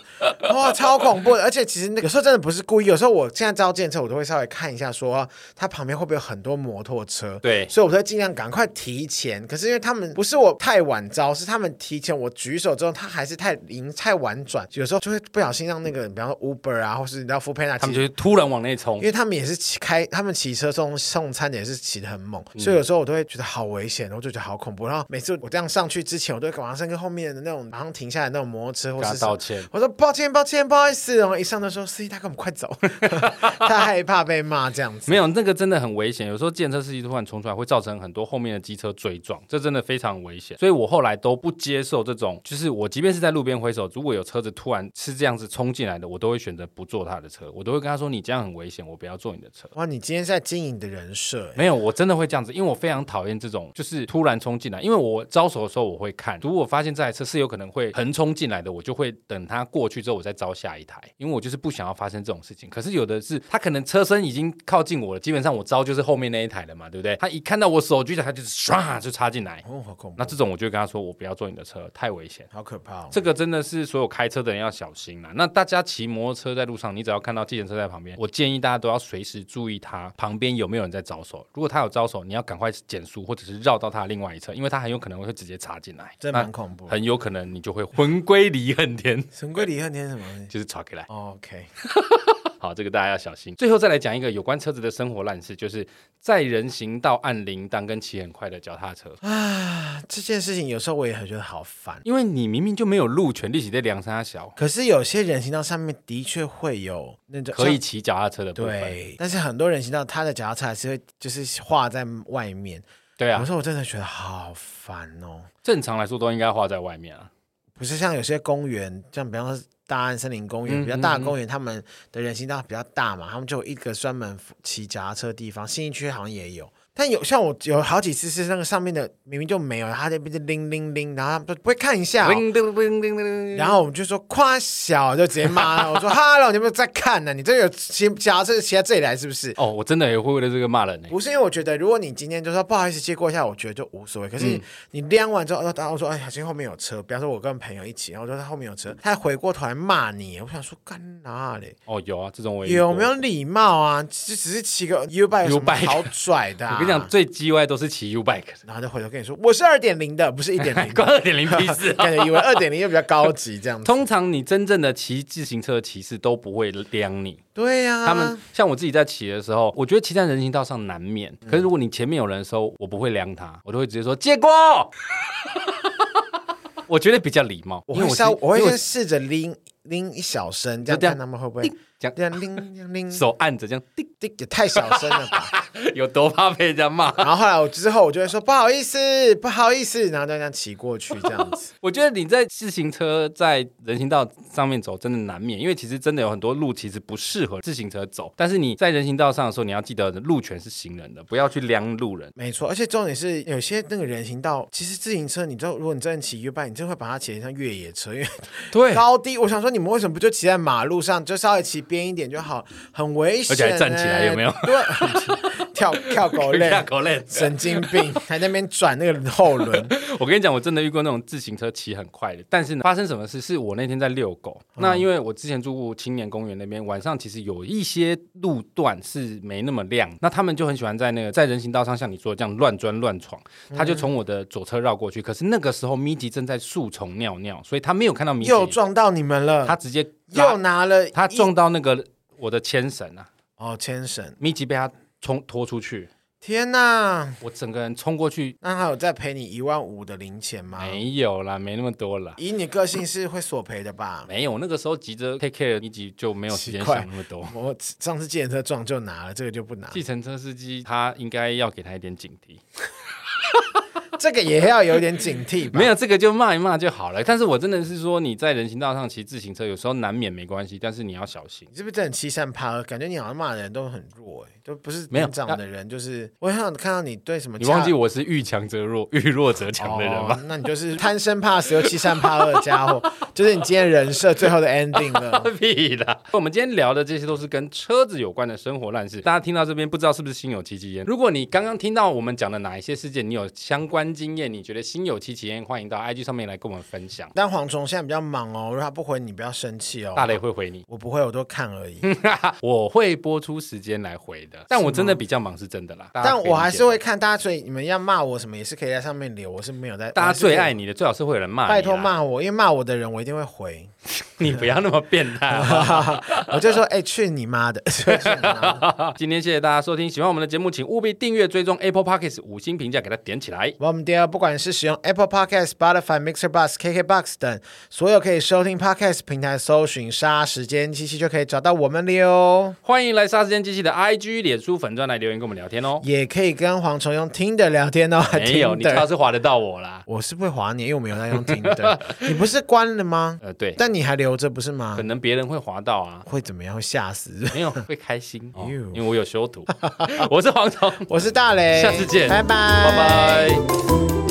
A: 哇，超恐怖的。而且其实那有时候真的不是故意，有时候我现在招电车，我都会稍微看一下说，啊它旁边会不会有很多摩托车？
B: 对
A: 所以我都会尽量赶快提前。可是因为他们不是我太晚招，是他们提前我举手之后，他还是太临太婉转，有时候就会不小心让那个，比方说 Uber 啊，或是你知道 f o o p a n d a
B: 他们就是突然往内冲
A: 因。为他们也是骑开，他们骑车送送餐也是骑得很猛，
B: 嗯
A: 所以有时候我都会觉得好危险，然后就觉得好恐怖。然后每次我这样上去之前，我都会马上跟后面的那种马上停下来那种摩托车或
B: 跟他
A: 是什么
B: 道歉
A: 我说抱歉抱歉不好意思，然后一上车说司机大哥我们快走， 他害怕被骂这样子。
B: 没有，那个真的很危险。有时候电车司机突然冲出来，会造成很多后面的机车追撞，这真的非常危险。所以我后来都不接受这种，就是我即便是在路边挥手，如果有车子突然是这样子冲进来的，我都会选择不坐他的车，我都会跟他说：“你这样很危险，我不要坐你的车。”
A: 哇，你今天是在经营你的人设，欸
B: 没有，我真的会这样子，因为我非常讨厌这种就是突然冲进来。因为我招手的时候我会看，如果我发现这台车是有可能会横冲进来的，我就会等它过去之后我再招下一台，因为我就是不想要发生这种事情。可是有的是他可能车身已经靠近我了，基本上我招就是后面那一台了嘛，对不对？他一看到我手举起来，他就是唰就插进来。
A: 哦，好恐怖
B: 那，这种我就会跟他说，我不要坐你的车，太危险。
A: 好可怕、哦。
B: 这个真的是所有开车的人要小心啊啦。那大家骑摩托车在路上，你只要看到计程车在旁边，我建议大家都要随时注意他旁边有没有人在招手。如果他有招手，你要赶快减速，或者是绕到他的另外一侧，因为他很有可能会直接插进来，
A: 真蛮恐怖
B: 那很有可能你就会魂归离恨天，
A: 神龟离恨天是什么东西
B: 就是吵起来。
A: 哦？OK，
B: 好，这个大家要小心。最后再来讲一个有关车子的生活烂事，就是在人行道按铃铛跟骑很快的脚踏车。
A: 啊，这件事情有时候我也很觉得好烦。
B: 因为你明明就没有路权，立即在梁山小，
A: 可是有些人行道上面的确会有那种
B: 可以
A: 像
B: 骑脚踏车的部分。
A: 对，但是很多人行道他的脚踏车还是会就是画在外面。
B: 对啊
A: 有时，候我真的觉得好烦哦，
B: 正常来说都应该画在外面啊。
A: 不是像有些公园，像比方说大安森林公园、
B: 嗯
A: 比较大的公园，他们的人行道比较大嘛，他们就有一个专门骑脚踏车的地方，信义区好像也有。但有像我有好几次是那个上面的明明就没有，他那边就铃铃铃，然后他们就不会看一下哦、
B: 叮叮叮叮叮
A: 然后我们就说夸小，就直接骂了。我说 “Hello，你有没有在看呢、你这有骑脚踏车骑到这里来是不是？”
B: 哦，我真的也会为了这个骂人呢、
A: 不是因为我觉得，如果你今天就说不好意思借过一下，我觉得就无所谓。可
B: 嗯
A: 是你晾完之后，然后我说哎，小心后面有车。比方说，我跟朋友一起，然后我说他后面有
B: 嗯
A: 车，他还回过头来骂你，我想说干哪嘞？
B: 哦，有啊，这种我也遇
A: 有
B: 过
A: 没有？礼貌啊？只只是骑个 U bike 有什么
B: U-bike
A: 好拽的、啊？
B: 我跟你讲，，最鸡歪都是骑 U bike，
A: 然后就回头跟你说我是二点零的，不是一点零。
B: 关二点零 P 四。啊
A: 感觉以为二点零又比较高级这样子。
B: 通常你真正的骑自行车的骑士都不会撩你，
A: 对呀、
B: 他们像我自己在骑的时候，我觉得骑在人行道上难免。
A: 嗯
B: 可是如果你前面有人的时候，我不会撩他，我都会直接说借 过。我觉得比较礼貌，
A: 我
B: 因
A: 会
B: 为
A: 稍，
B: 是
A: 我会
B: 因为
A: 先试着拎拎一小声，这样
B: 就这样
A: 看他们会不会
B: 叮这样
A: 这样拎拎拎，
B: 手按着这样， 叮
A: 叮也太小声了吧。
B: 有多怕被人家骂？
A: 然后后来我之后我就会说不好意思，不好意思，然后就这样骑过去这样 子。
B: 我觉得你在自行车在人行道上面走真的难免，因为其实真的有很多路其实不适合自行车走，但是你在人行道上的时候，你要记得路权是行人的，不要去量路人。
A: 没错，而且重点是有些那个人行道，其实自行车，你知道，如果你真的骑 U 拜，你真的会把它骑得像越野 车，因为
B: 对
A: 高低。我想说，你们为什么不就骑在马路上，就稍微骑边一点就好？很危险、
B: 而且还站起来
A: 欸
B: 有没有？
A: 对，跳跳狗
B: 下
A: 链，
B: 口令。
A: 神经病，还在那边转那个后 轮。
B: 我跟你讲，我真的遇过那种自行车骑很快的，但是呢，发生什么事？是我那天在遛狗，
A: 嗯
B: 那因为我之前住过青年公园那边，晚上其实有一些路段是没那么亮，那他们就很喜欢在那个在人行道上像你说的这样乱钻乱闯，
A: 嗯
B: 他就从我的左侧绕过去，可是那个时候咪吉正在树丛尿尿，所以他没有看到咪吉，
A: 又撞到你们了，
B: 他直接
A: 又
B: 拉
A: 拿了
B: 他
A: 一
B: 撞到那个我的牵绳啊，
A: 哦，牵绳！
B: 咪吉被他冲拖出去，
A: 天哪，
B: 我整个人冲过去。
A: 那还有再赔你一万五的零钱吗？
B: 没有啦，没那么多啦。
A: 以你个性是会索赔的吧？
B: 没有，那个时候急着 take care 一集就没有时间
A: 奇怪
B: 想那么多。
A: 我上次计程车撞就拿了，这个就不拿。
B: 计程车司机他应该要给他一点警惕，
A: 这个也要有点警惕吧。
B: 没有这个就骂一骂就好了。但是我真的是说，你在人行道上骑自行车，有时候难免没关系，但是你要小心。
A: 你是不是真的很欺善怕恶？感觉你好像骂人都很弱、欸，都不是
B: 没有
A: 年长的人，就是我很想看到你对什么
B: 你
A: 恰。
B: 忘记我是遇强则弱， 遇弱则强的人吗？
A: 哦？那你就是贪生怕死又欺善怕恶的家 伙，就是你今天人设最后的 ending 了。
B: 屁啦！我们今天聊的这些都是跟车子有关的生活烂事。大家听到这边不知道是不是心有戚戚焉？如果你刚刚听到我们讲的哪一些事件，你有相关经验，你觉得心有戚戚焉，欢迎到 IG 上面来跟我们分享。
A: 但蝗虫现在比较忙哦，如果他不回你，不要生气哦。
B: 大雷会回你，
A: 我不会，我都看而 已。
B: 我会播出时间来回的，但我真的比较忙，是真的啦。大家
A: 但
B: 可以
A: 我还
B: 理解
A: 是会看大家，所以你们要骂我什么也是可以在上面留，我是没有在。
B: 大家
A: 我是可以
B: 最爱你的，最好是会有人骂你啦啊
A: 拜托，骂我，因为骂我的人我一定会回。
B: 你不要那么变态啊 好不好。
A: 我就说，哎、去你妈的！ 去你妈的
B: 今天谢谢大家收听，喜欢我们的节目，请务必订阅、追踪 Apple Podcast 五星评价，给它点起来。
A: 我们第二，不管是使用 Apple Podcast、Spotify、Mixer Bus、KKBox 等所有可以收听 Podcast 平台，搜寻“杀时间机器”就可以找到我们了哟。
B: 欢迎来杀时间机器的 IG、脸书粉专来留言跟我们聊 天哦。
A: 也可以跟蝗虫用听的聊天哦，
B: 没有，你倒
A: 的。
B: 是划得到我啦。
A: 我是不会划你，因为我没有在用听 的。你不是关了吗？
B: 呃，对，
A: 但你还留着不是吗
B: 可？能别人会划到 啊，
A: 会怎么样？会吓死！
B: 没有会开心，哦
A: You
B: 因为我 有修图。我是黄总，
A: 我是大雷，
B: 下次见
A: 拜拜，
B: 拜拜。